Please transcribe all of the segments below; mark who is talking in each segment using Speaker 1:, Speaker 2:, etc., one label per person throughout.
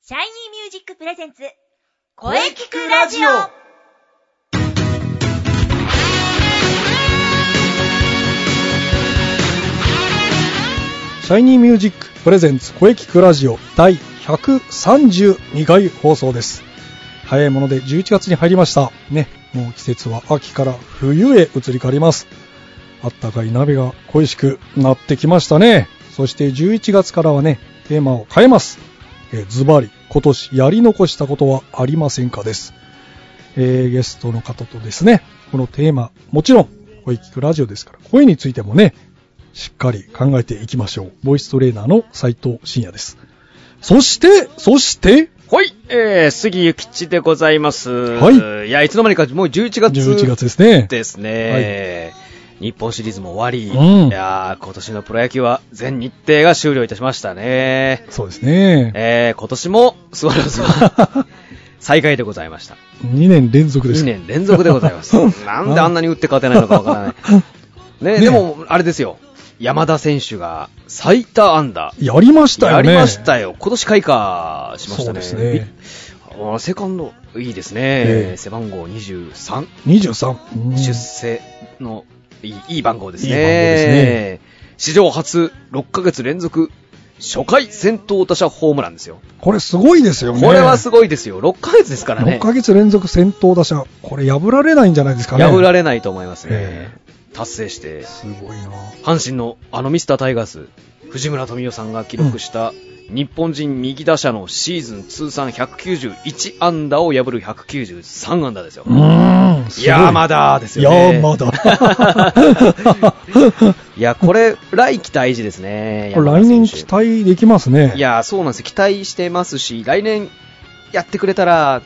Speaker 1: シャイニーミュージックプレゼンツ、
Speaker 2: 声聞くラジオ
Speaker 3: シャイニーミュージックプレゼンツ声聞くラジオ第132回放送です。早いもので11月に入りました。ね、もう季節は秋から冬へ移り変わります。あったかい鍋が恋しくなってきましたね。そして11月からはね、テーマを変えます。えーズバリ、今年やり残したことはありませんかです。えーゲストの方とですね、このテーマ、もちろん、声聞くラジオですから、声についてもね、しっかり考えていきましょう。ボイストレーナーの斉藤慎也です。そして、そして、
Speaker 2: はい、えー、杉ゆきちでございます。。
Speaker 3: はい
Speaker 2: いや、いつの間にかもう11月
Speaker 3: 11月ですね。
Speaker 2: ですね。日本シリーズも終わり、
Speaker 3: うん
Speaker 2: いやー今年のプロ野球は全日程が終了いたしましたね。
Speaker 3: そうですね。
Speaker 2: えー、今年もスワロ ーズは最下位でございました。
Speaker 3: 2年連続です。
Speaker 2: 2年連続でござい ます。なんであんなに打って勝てないのかわからな
Speaker 3: ね
Speaker 2: い。ねでも、あれですよ。山田選手が最多安打。
Speaker 3: やりましたよね。
Speaker 2: やりましたよ。今年開花しましたね。
Speaker 3: そうですね
Speaker 2: びあセカンド、いいですね。
Speaker 3: ええ
Speaker 2: 背番号23、
Speaker 3: 23。うん
Speaker 2: 出世のいいいい番号ですね。
Speaker 3: いい番号で
Speaker 2: 史上初、6ヶ月連続、初回先頭打者ホームランですよ。
Speaker 3: これすごいですよね。
Speaker 2: これはす
Speaker 3: ご
Speaker 2: ごいですよ。6ヶ月ですからね。
Speaker 3: 6ヶ月連続先頭打者。これ破られないんじゃないですかね。
Speaker 2: 破ら
Speaker 3: れ
Speaker 2: れないと思いますね。
Speaker 3: え
Speaker 2: 達成して、
Speaker 3: すごいな
Speaker 2: 阪神のあのミスタータイガース、藤村富美男さんが記録した日本人右打者のシーズン通算191安打を破る193安打ですよ。
Speaker 3: うーん。すごい
Speaker 2: 山田ですよね。
Speaker 3: 山 田。
Speaker 2: いや、これ、来期大事ですね。
Speaker 3: これ来年
Speaker 2: 山田
Speaker 3: 期
Speaker 2: 選手
Speaker 3: 待できますね。
Speaker 2: いや、そうなんですよ期待してますし、来年やってくれたら、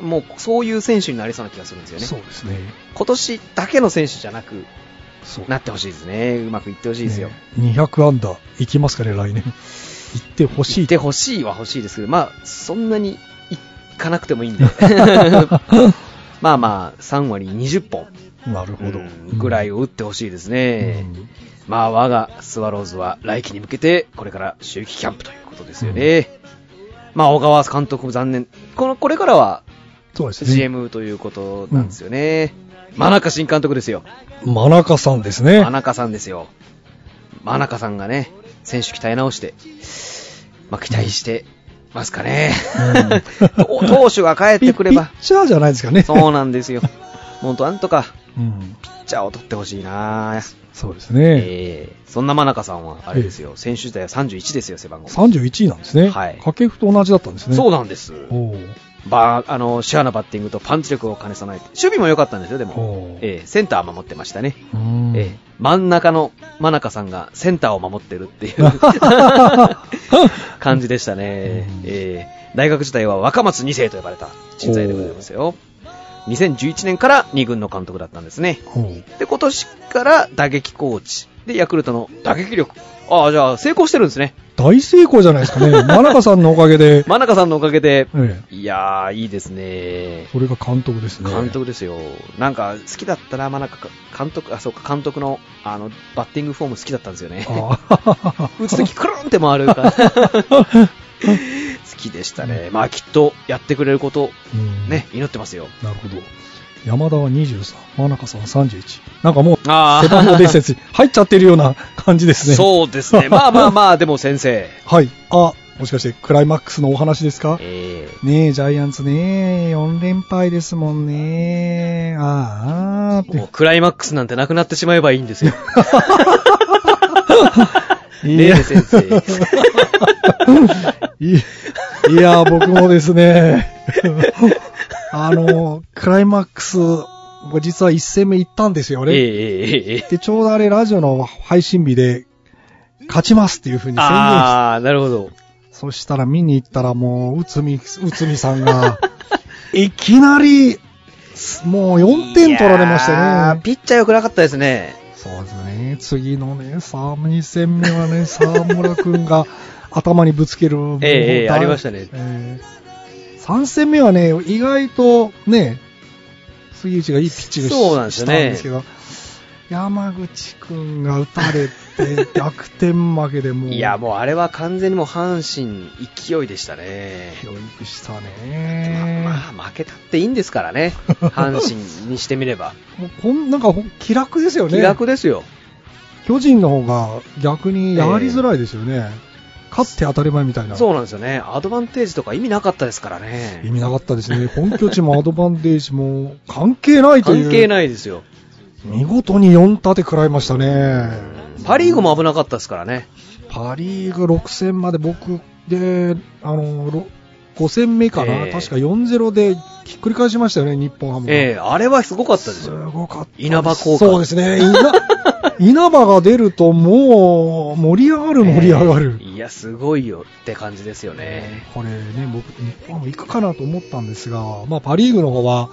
Speaker 2: もうそういう選手になりそうな気がするんですよね。
Speaker 3: そうですね。
Speaker 2: 今年だけの選手じゃなく
Speaker 3: そう
Speaker 2: なってほしいですね。うまくいってほしいですよ。
Speaker 3: ね200アンダーいきますかね、 来年。いってほし
Speaker 2: 行
Speaker 3: い
Speaker 2: っ。てほしいは欲しいですけど、まあ、そんなに行かなくてもいい んで。まあまあ、3割20本
Speaker 3: なるほど。
Speaker 2: うんぐらいを打ってほしいです
Speaker 3: う
Speaker 2: ね。
Speaker 3: ん
Speaker 2: まあ、我がスワローズは来季に向けて、これから秋季キャンプということですよね。まあ、小川監督も残念。この、これからは
Speaker 3: そうですね。
Speaker 2: GM ということなんですよね。真中新監督ですよ。
Speaker 3: 真中さんです ね
Speaker 2: 真。中さんですよ。真中さんがね、選手鍛え直して、まあ、期待してますかね。
Speaker 3: うん
Speaker 2: 投手が帰っ
Speaker 3: ピ
Speaker 2: てくれば
Speaker 3: ピ、ッチャーじゃないですかね。
Speaker 2: そうなんですよ。もうなんとか、
Speaker 3: うん
Speaker 2: ピッチャーを取ってほしいな
Speaker 3: そうですね。
Speaker 2: ええそんな真中さんは、あれですよ、選手時代は31ですよ、背番号。そ
Speaker 3: 31位なんですね。
Speaker 2: はい
Speaker 3: 掛布と同じだったんですね。
Speaker 2: うなんです。
Speaker 3: おー
Speaker 2: ばあの、シアなバッティングとパンチ力を兼ね備えて、守備も良かったんですよ、で
Speaker 3: お
Speaker 2: も
Speaker 3: う。
Speaker 2: ええセンター守ってましたね。
Speaker 3: うん
Speaker 2: ええ真ん中の真中さんがセンターを守ってるっ ていう感じでしたね
Speaker 3: うん、
Speaker 2: ええ大学時代は若松2世と呼ばれた人材でございますよ2011年から2軍の監督だったんですね
Speaker 3: おー
Speaker 2: で今年から打撃コーチでヤクルトの打撃力ああじゃあ成功してるんですね
Speaker 3: 大成功じゃないですか ね。真中さんのおかげで。
Speaker 2: 真中さんのおかげで
Speaker 3: ええ
Speaker 2: いやーいいですね
Speaker 3: それが監督ですね。
Speaker 2: 監督ですよ、なんか好きだったら、まあ、なんか監督あそうか監督のあのバッティングフォーム好きだったんですよね、
Speaker 3: あ
Speaker 2: 打つときくるんって回る から。好きでしたね。まあきっとやってくれること、
Speaker 3: ーうん
Speaker 2: ね、祈ってますよ。
Speaker 3: なるほど。山田は23、真中さんは31。なんかもう、
Speaker 2: あ
Speaker 3: 背
Speaker 2: ー
Speaker 3: 番号伝説入っちゃってるような感じですね。
Speaker 2: そうです ね。まあまあまあ、でも先生。
Speaker 3: はい。あ、もしかしてクライマックスのお話ですか
Speaker 2: え
Speaker 3: ねえ、ジャイアンツねえ、4連敗ですもんねあーあ
Speaker 2: えもう
Speaker 3: ーっ
Speaker 2: クライマックスなんてなくなってしまえばいいんですよ。
Speaker 3: て。
Speaker 2: ねえ 先生。
Speaker 3: いいや、僕もですね、あの、クライマックス、僕実は1戦目行ったんですよ
Speaker 2: え
Speaker 3: ね。
Speaker 2: えええええ。
Speaker 3: で、ちょうどあれ、ラジオの配信日で、勝ちますっていう風に宣言して、
Speaker 2: ああ、なるほど。
Speaker 3: そしたら見に行ったらもう、う つみ、うつみさんが、いきなり、もう4点取られまし
Speaker 2: いや
Speaker 3: た
Speaker 2: ー
Speaker 3: ね。
Speaker 2: ピッチャー良くなかったですね。
Speaker 3: そうですね。次のね、さあ、2戦目は ね、沢村くんが頭にぶつける。
Speaker 2: ええええ
Speaker 3: もう
Speaker 2: ありましたね
Speaker 3: え3戦目はね、意外とね、杉内がいいピッチングし
Speaker 2: そうなんです
Speaker 3: し
Speaker 2: よ
Speaker 3: た
Speaker 2: ね
Speaker 3: んですけど、山口くんが打たれ て逆転負けでもう、
Speaker 2: いや、もうあれは完全にもう阪神勢いでしたね。
Speaker 3: 教育した
Speaker 2: ま
Speaker 3: ね。
Speaker 2: あまあ、負けたっていいんですからね。阪神にしてみ れば。
Speaker 3: もうこんなんかほん気楽ですよね。
Speaker 2: 気楽ですよ。
Speaker 3: 巨人の方が逆にやりづらいですよね。勝って当たり前みたいな。
Speaker 2: そうなんですよね。アドバンテージとか意味なかったですから
Speaker 3: 意
Speaker 2: ね。
Speaker 3: 味なかったですね。本拠地もアドバンテージも関係ないという。
Speaker 2: 関係
Speaker 3: い。
Speaker 2: ないですよ。
Speaker 3: 見事に4立て食らいましたね。
Speaker 2: パリーグも危なかったですからね。
Speaker 3: パリーグ6戦まで僕で、あの、ろ5戦目かな、
Speaker 2: ええ
Speaker 3: 確か4-0でひっくり返しましたよね、日本ハムが。
Speaker 2: ええあれはすごかったです
Speaker 3: す
Speaker 2: よ。
Speaker 3: ごかったです。
Speaker 2: 稲葉効果
Speaker 3: そうですね。稲稲葉が出るともう盛り上がる盛り上がる。
Speaker 2: ええいや、すごいよって感じですよね。
Speaker 3: これね、僕、日本も行くかなと思ったんですが、まあ、パ・リーグの方は、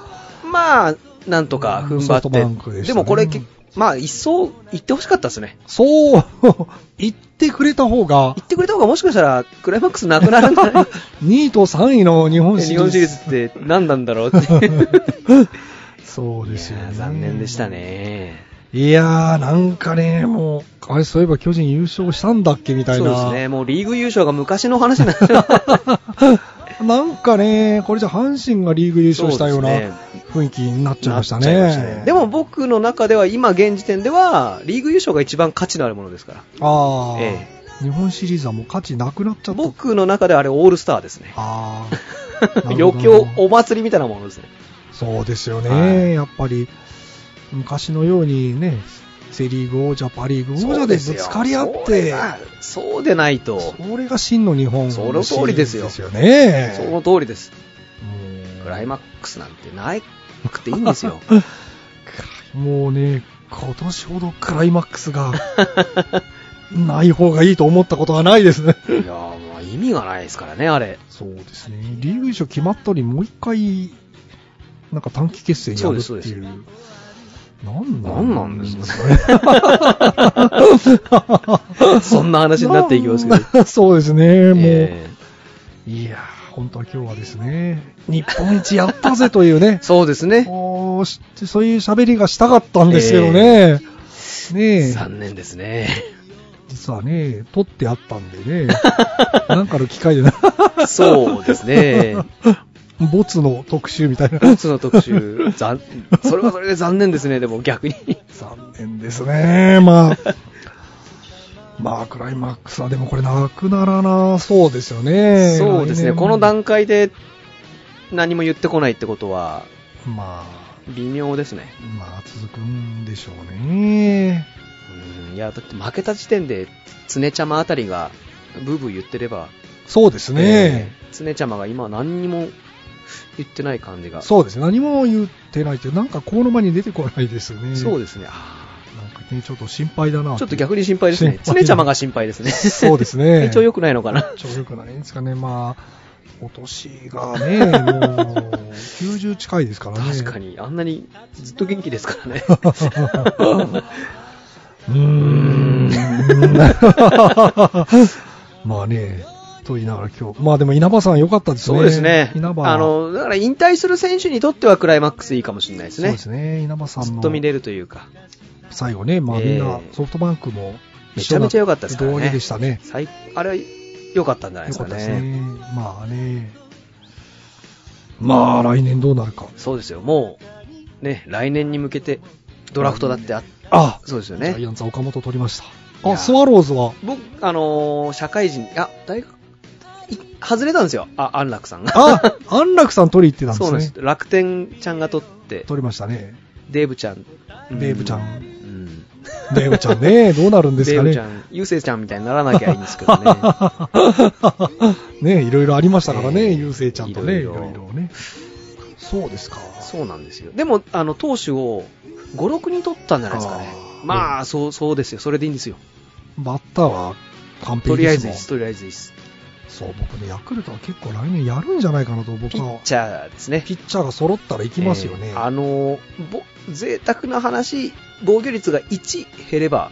Speaker 2: まあ、なんとか踏ん張
Speaker 3: ソフトバン
Speaker 2: っ
Speaker 3: ク
Speaker 2: て。
Speaker 3: で
Speaker 2: で
Speaker 3: したね
Speaker 2: もこれ、けまあ、一層行ってほしかったですね。
Speaker 3: そう、 言ってくれた方が
Speaker 2: 行、ってくれた方がもしかしたら、クライマックスなくなる んじゃない
Speaker 3: 2位と3位の日本シリーズ。
Speaker 2: 日本シリーズって何なんだろうって。
Speaker 3: そうですよ
Speaker 2: いや
Speaker 3: ね。
Speaker 2: 残念でした。ね。
Speaker 3: いやー、なんかね、もう、あれ、そういえば巨人優勝したんだっけみたい
Speaker 2: そう
Speaker 3: な。
Speaker 2: ですね。もうリーグ優勝が昔の話になっちゃう。
Speaker 3: なんかね、これじゃ阪神がリーグ優勝したような
Speaker 2: そうですね
Speaker 3: 雰囲気になっちゃいましたね。
Speaker 2: なっちゃいましたねでも、僕の中では今現時点ではリーグ優勝が一番価値のあるものですから
Speaker 3: ああ、
Speaker 2: え
Speaker 3: 日本シリーズはもう価値なくなっちゃった。
Speaker 2: 僕の中ではあれオールスターですね、
Speaker 3: ああ
Speaker 2: 余興お祭りみたいなものですね
Speaker 3: そうですよね、
Speaker 2: はい
Speaker 3: やっぱり昔のようにね、セ・リーグ王者、パ・リーグ王者でぶつかり合っ
Speaker 2: そうです
Speaker 3: て、
Speaker 2: よそうでないと
Speaker 3: そ
Speaker 2: そ
Speaker 3: れが真の日本
Speaker 2: その通りですよ
Speaker 3: シリーズですよね。
Speaker 2: の通りです
Speaker 3: もう
Speaker 2: クライマックスなんてないくていいんで すよ
Speaker 3: もうね、今年ほどクライマックスがない方がいいと思ったことはないですね。
Speaker 2: いやーまあ意味がないですからねあれ
Speaker 3: そうですね、リーグ優勝決まったり、もう一回、なんか短期決戦やるって
Speaker 2: そうです
Speaker 3: い
Speaker 2: そう
Speaker 3: う
Speaker 2: で。
Speaker 3: なん
Speaker 2: なんなんですか
Speaker 3: ね。
Speaker 2: そんな話になっていきますけど
Speaker 3: そうですね、もう。
Speaker 2: えー、
Speaker 3: いやー、本当は今日はですね、日本一やったぜというね
Speaker 2: そうですね
Speaker 3: もうし そういう喋りがしたかったんですけどね。ねえ、
Speaker 2: 残念ですね
Speaker 3: 実はね、撮ってあったんでね、 なんかの機会でな、
Speaker 2: そうですね
Speaker 3: ボツの特集みたいな。
Speaker 2: ボツの特集、残それはそれで残念ですね、でも逆に。
Speaker 3: 残念ですね、ま あ。まあ、クライマックスはでもこれなくならなそうですよね。
Speaker 2: そうです
Speaker 3: 来
Speaker 2: ね、
Speaker 3: 年
Speaker 2: この段階で何も言ってこないってことは、
Speaker 3: ま
Speaker 2: 微妙ですね。
Speaker 3: あ、まあ続くんでしょうね。
Speaker 2: うんいや、だって負けた時点で、つねちゃまあたりが、ブーブー言ってれば、
Speaker 3: そうですね。
Speaker 2: えーつねちゃまが今何にも言ってない感じが。
Speaker 3: そうですね。何も言ってないという、なんかこの場に出てこないですね。
Speaker 2: そう
Speaker 3: で
Speaker 2: ですね。あ
Speaker 3: す。なんかね、ちょっと心配だな。
Speaker 2: ーちょっと逆に心配ですね。
Speaker 3: 心
Speaker 2: つ
Speaker 3: 配
Speaker 2: ねちゃまが心配ですね。
Speaker 3: そうです ね
Speaker 2: 体調良くないのかな。
Speaker 3: ちょよくないんですかね。まあ、お年がね、もう、90近い ですからね。
Speaker 2: 確か。に、あんなにずっと元気ですか らね。
Speaker 3: うーん。 まあね、と言いながら今日。まあでも稲葉さん良かったですね。
Speaker 2: そうですね。
Speaker 3: 稲葉。
Speaker 2: あ、の、だから引退する選手にとってはクライマックスいいかもしれないです
Speaker 3: そう
Speaker 2: ね。
Speaker 3: ですね。稲葉さん
Speaker 2: ずっ
Speaker 3: の
Speaker 2: と見れるというか、
Speaker 3: 最後ね、まあみんな
Speaker 2: ええ
Speaker 3: ソフトバンクも
Speaker 2: めちゃめちゃ良かったですからね
Speaker 3: 同意でしたね。
Speaker 2: 最あれは良かったんじゃないで
Speaker 3: よ
Speaker 2: す
Speaker 3: か
Speaker 2: か
Speaker 3: った
Speaker 2: ね。
Speaker 3: ですね。まあね。まあ来年どうなるか。
Speaker 2: そうですよ。もう、ね、来年に向けて、ドラフトだってあ、
Speaker 3: あ
Speaker 2: そうですよ
Speaker 3: ジャイ
Speaker 2: ね。
Speaker 3: アンツは岡本取りました。
Speaker 2: い
Speaker 3: あ、
Speaker 2: や
Speaker 3: スワローズは
Speaker 2: 僕、あのー社会人、あ、大学、い外れたんですよ。あ、安楽さんが。
Speaker 3: あ、安楽さん取り行ってたんで
Speaker 2: そう
Speaker 3: す
Speaker 2: なん
Speaker 3: ね。
Speaker 2: です。楽天ちゃんが取って、
Speaker 3: 取りましたね。
Speaker 2: デーブちゃん。うん
Speaker 3: デーブちゃん
Speaker 2: うん。
Speaker 3: デーブちゃんね、どうなるんです
Speaker 2: デー
Speaker 3: か
Speaker 2: ブ
Speaker 3: ね
Speaker 2: ち。ゃん、ユーセイちゃんみたいにならなきゃいいんですけどね。
Speaker 3: ね、いろいろありましたから
Speaker 2: え
Speaker 3: ね、
Speaker 2: え
Speaker 3: ゆうせいちゃんとね、い
Speaker 2: い
Speaker 3: ろ
Speaker 2: ろ
Speaker 3: い
Speaker 2: いろ
Speaker 3: ろね。そうですか。
Speaker 2: そうなんですよ。でも、あの、投手を5、6人取ったんじゃないですかね
Speaker 3: あ。ー
Speaker 2: まあ、そう、そうですよ。それでいいんですよ。
Speaker 3: バッターは完
Speaker 2: と
Speaker 3: 璧
Speaker 2: りあえ
Speaker 3: で
Speaker 2: ずいいですす、とりあえずいいです。
Speaker 3: もん。そう、僕ね、ヤクルトは結構来年やるんじゃないかなと、僕
Speaker 2: ピ
Speaker 3: は
Speaker 2: ッ。チャーですね。
Speaker 3: ピッチャーが揃ったら行きますよね。
Speaker 2: えーあのー、ぼ、贅沢な話、防御率が1減れば、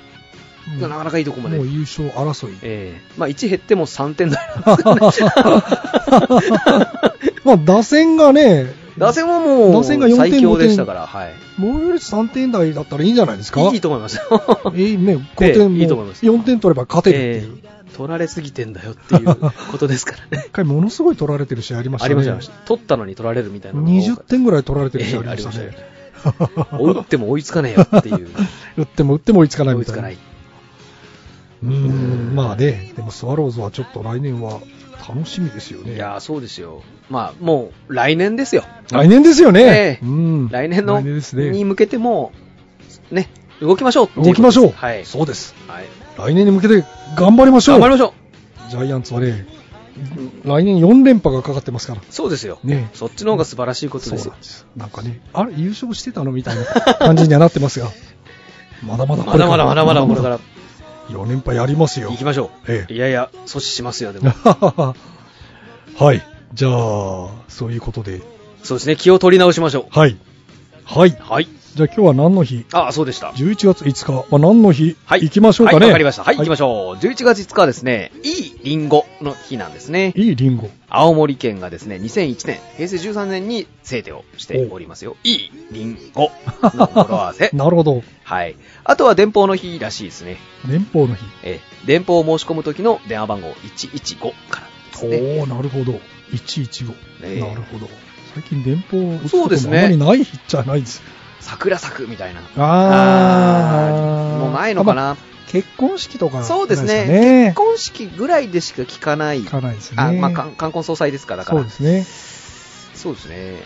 Speaker 3: うん
Speaker 2: なかなかいいとこまで
Speaker 3: もう。優勝争い。
Speaker 2: えーまあ1減っても3点台なんですけどね。
Speaker 3: まあ、打線がね、
Speaker 2: 打線はもう、
Speaker 3: 打線が4点
Speaker 2: 最強でしたから、はい。
Speaker 3: 防御率3点台だったらいいんじゃないですか
Speaker 2: いいと思いま すよ。
Speaker 3: いいね、5点も、
Speaker 2: いいと思います
Speaker 3: 4点取れば勝てるっていう。
Speaker 2: ええ取られすぎてんだよっていうことですからね
Speaker 3: 一。回ものすごい取られてる試合あり まし
Speaker 2: あ
Speaker 3: たね。
Speaker 2: りました、ありました。取ったのに取られるみたいなのが多
Speaker 3: 20
Speaker 2: かった。
Speaker 3: 点ぐらい取られてる試合ありました
Speaker 2: ええあ
Speaker 3: ね
Speaker 2: り。追打っても追いつかねえよっていう。
Speaker 3: 打っても打っても追いつかない
Speaker 2: 追
Speaker 3: み
Speaker 2: い
Speaker 3: たい
Speaker 2: つか
Speaker 3: な。
Speaker 2: ない。
Speaker 3: うーん、まあね、でもスワローズはちょっと来年は楽しみですよね。
Speaker 2: いやー、そうですよ。まあ、もう、来年ですよ。
Speaker 3: 来年ですよね
Speaker 2: え。え
Speaker 3: うん
Speaker 2: 来年の、
Speaker 3: 来年ですね
Speaker 2: に向けても、ね、動きましょうっていうこと
Speaker 3: 動きましょう。
Speaker 2: はい。
Speaker 3: そうです。
Speaker 2: はい。
Speaker 3: 来年に向けて頑張りましょう。
Speaker 2: 頑張りましょ
Speaker 3: ジャイアンツはね、来年4連覇がかかってますから。
Speaker 2: う。そうですよ。
Speaker 3: ね
Speaker 2: そっちの方が素晴らしいことです
Speaker 3: なん。
Speaker 2: よ
Speaker 3: です。なんかね、あれ、優勝してたのみたいな感じにはなってます が、まだまだこ
Speaker 2: ま
Speaker 3: れ
Speaker 2: だ
Speaker 3: から
Speaker 2: まだまだまだこれから
Speaker 3: 4連覇やりますよ
Speaker 2: 行。きましょう。
Speaker 3: ええ。
Speaker 2: いやいや、阻止しますよ、でも
Speaker 3: はい。じゃあ、そういうことで。
Speaker 2: そうですね、気を取り直しましょ。。
Speaker 3: はい。はいう
Speaker 2: はい。
Speaker 3: じゃあ今日は何の日
Speaker 2: あ、そうでした。
Speaker 3: ?11 月5日は何の日、
Speaker 2: はい。
Speaker 3: 行きましょうかね。
Speaker 2: はい、わかりました。はい、行きまし
Speaker 3: ょ
Speaker 2: ょう。11月5日はですね、いいリンゴの日なんですね。
Speaker 3: いいリンゴ。
Speaker 2: 青森県がですね、2001年、平成13年に制定をしておりますよ。いいリンゴの語呂合わ せ。
Speaker 3: なるほど。
Speaker 2: はい。あとは電報の日らしいですね。
Speaker 3: 年俸の日。
Speaker 2: えー、電報を申し込む時の電話番号115からですね。
Speaker 3: おおなるほど。115。
Speaker 2: ええ
Speaker 3: なるほど。最近電報を打つ
Speaker 2: そう
Speaker 3: こ
Speaker 2: で
Speaker 3: と
Speaker 2: す
Speaker 3: もあ
Speaker 2: ね
Speaker 3: まりない日じゃないです。
Speaker 2: 桜咲くみたいな。
Speaker 3: あー
Speaker 2: もうないのか
Speaker 3: あ
Speaker 2: な。
Speaker 3: 結婚式とか、
Speaker 2: そうですね
Speaker 3: ね
Speaker 2: 結婚式ぐらいでしか聞かない。
Speaker 3: 行かないですね。
Speaker 2: あ、まあ、冠冠婚葬祭ですから、だか
Speaker 3: そう
Speaker 2: ら
Speaker 3: で。すね。
Speaker 2: そうですね。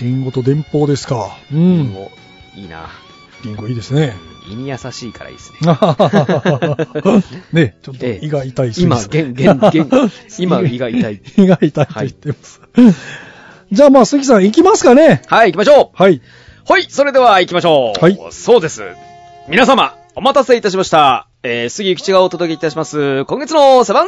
Speaker 3: リンゴと電報ですか。う
Speaker 2: リ
Speaker 3: ん
Speaker 2: ン。ゴ、いいな。
Speaker 3: リンゴいいですね。
Speaker 2: 胃に優しいからいいで すね。
Speaker 3: ね、ちょっと
Speaker 2: ええ
Speaker 3: 胃が痛いし。
Speaker 2: 今、現、現、現、 今、胃が痛い。
Speaker 3: 胃が痛いと言ってます。じゃあまあ、杉さん行きますかね。
Speaker 2: はい、行きましょう
Speaker 3: はい。
Speaker 2: はい、それでは行きましょう。
Speaker 3: はい
Speaker 2: そうです。皆様、お待たせいたしました。えー、杉口がお届けいたします。今月のサバン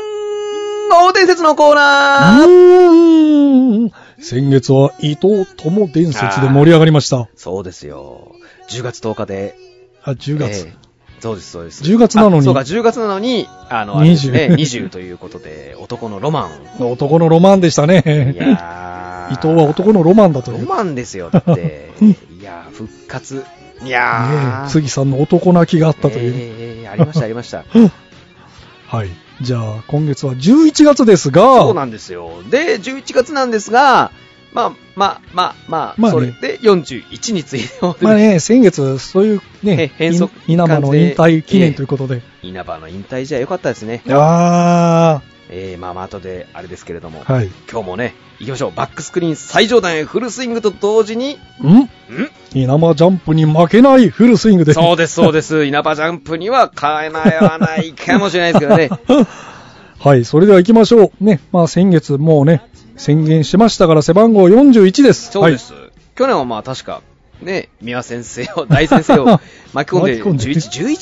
Speaker 2: 号伝説のコー
Speaker 3: う
Speaker 2: ナー
Speaker 3: ーん。先月は伊藤友伝説で盛り上がりました。
Speaker 2: そうですよ。10月10日で。
Speaker 3: あ、10月。
Speaker 2: えーそうです、そうです。
Speaker 3: 10月なのに
Speaker 2: あそうか、10月なのに、あの、あれですね、
Speaker 3: 20
Speaker 2: 20ということで、男のロマ
Speaker 3: 男のロマンでした
Speaker 2: ン。
Speaker 3: ね
Speaker 2: い。やー
Speaker 3: 伊藤は男のロマンだと
Speaker 2: ロ
Speaker 3: いう。ね
Speaker 2: マンですよ、だ って。いやー、復活。いやー。
Speaker 3: え杉さんの男泣きがあったという。
Speaker 2: えーえーありました、ありました。
Speaker 3: はい。じゃあ、今月は11月ですが、
Speaker 2: そうなんですよ。で、11月なんですが、まあ、まあ、まあ、まあ、
Speaker 3: まあね
Speaker 2: それで41についても、
Speaker 3: まあね、先月、そういう
Speaker 2: へ
Speaker 3: ね、
Speaker 2: 変則
Speaker 3: い稲葉の
Speaker 2: 感じ
Speaker 3: 引
Speaker 2: で
Speaker 3: 退記念ということで。
Speaker 2: 稲葉の引退じゃ良かったですね。
Speaker 3: あ
Speaker 2: えー、まあまあ、後であれですけれども、
Speaker 3: ー。はい。ん
Speaker 2: 今日もね、行きましょう。バックスクリーン最上段へフルスイングと同時に、ん
Speaker 3: 稲葉ジャンプに負けないフルスイングで。
Speaker 2: そうです、そうです。 稲葉ジャンプには変えないはないかもしれないですけ どね。
Speaker 3: はい、それでは行きましょう。ね、まあ先月もうね、宣言しましたから背番号41です。
Speaker 2: そうです。去年はまあ確か、ね、三輪先生を、大先生を巻き込んで、
Speaker 3: 巻き込んで
Speaker 2: 11、11?
Speaker 3: はい。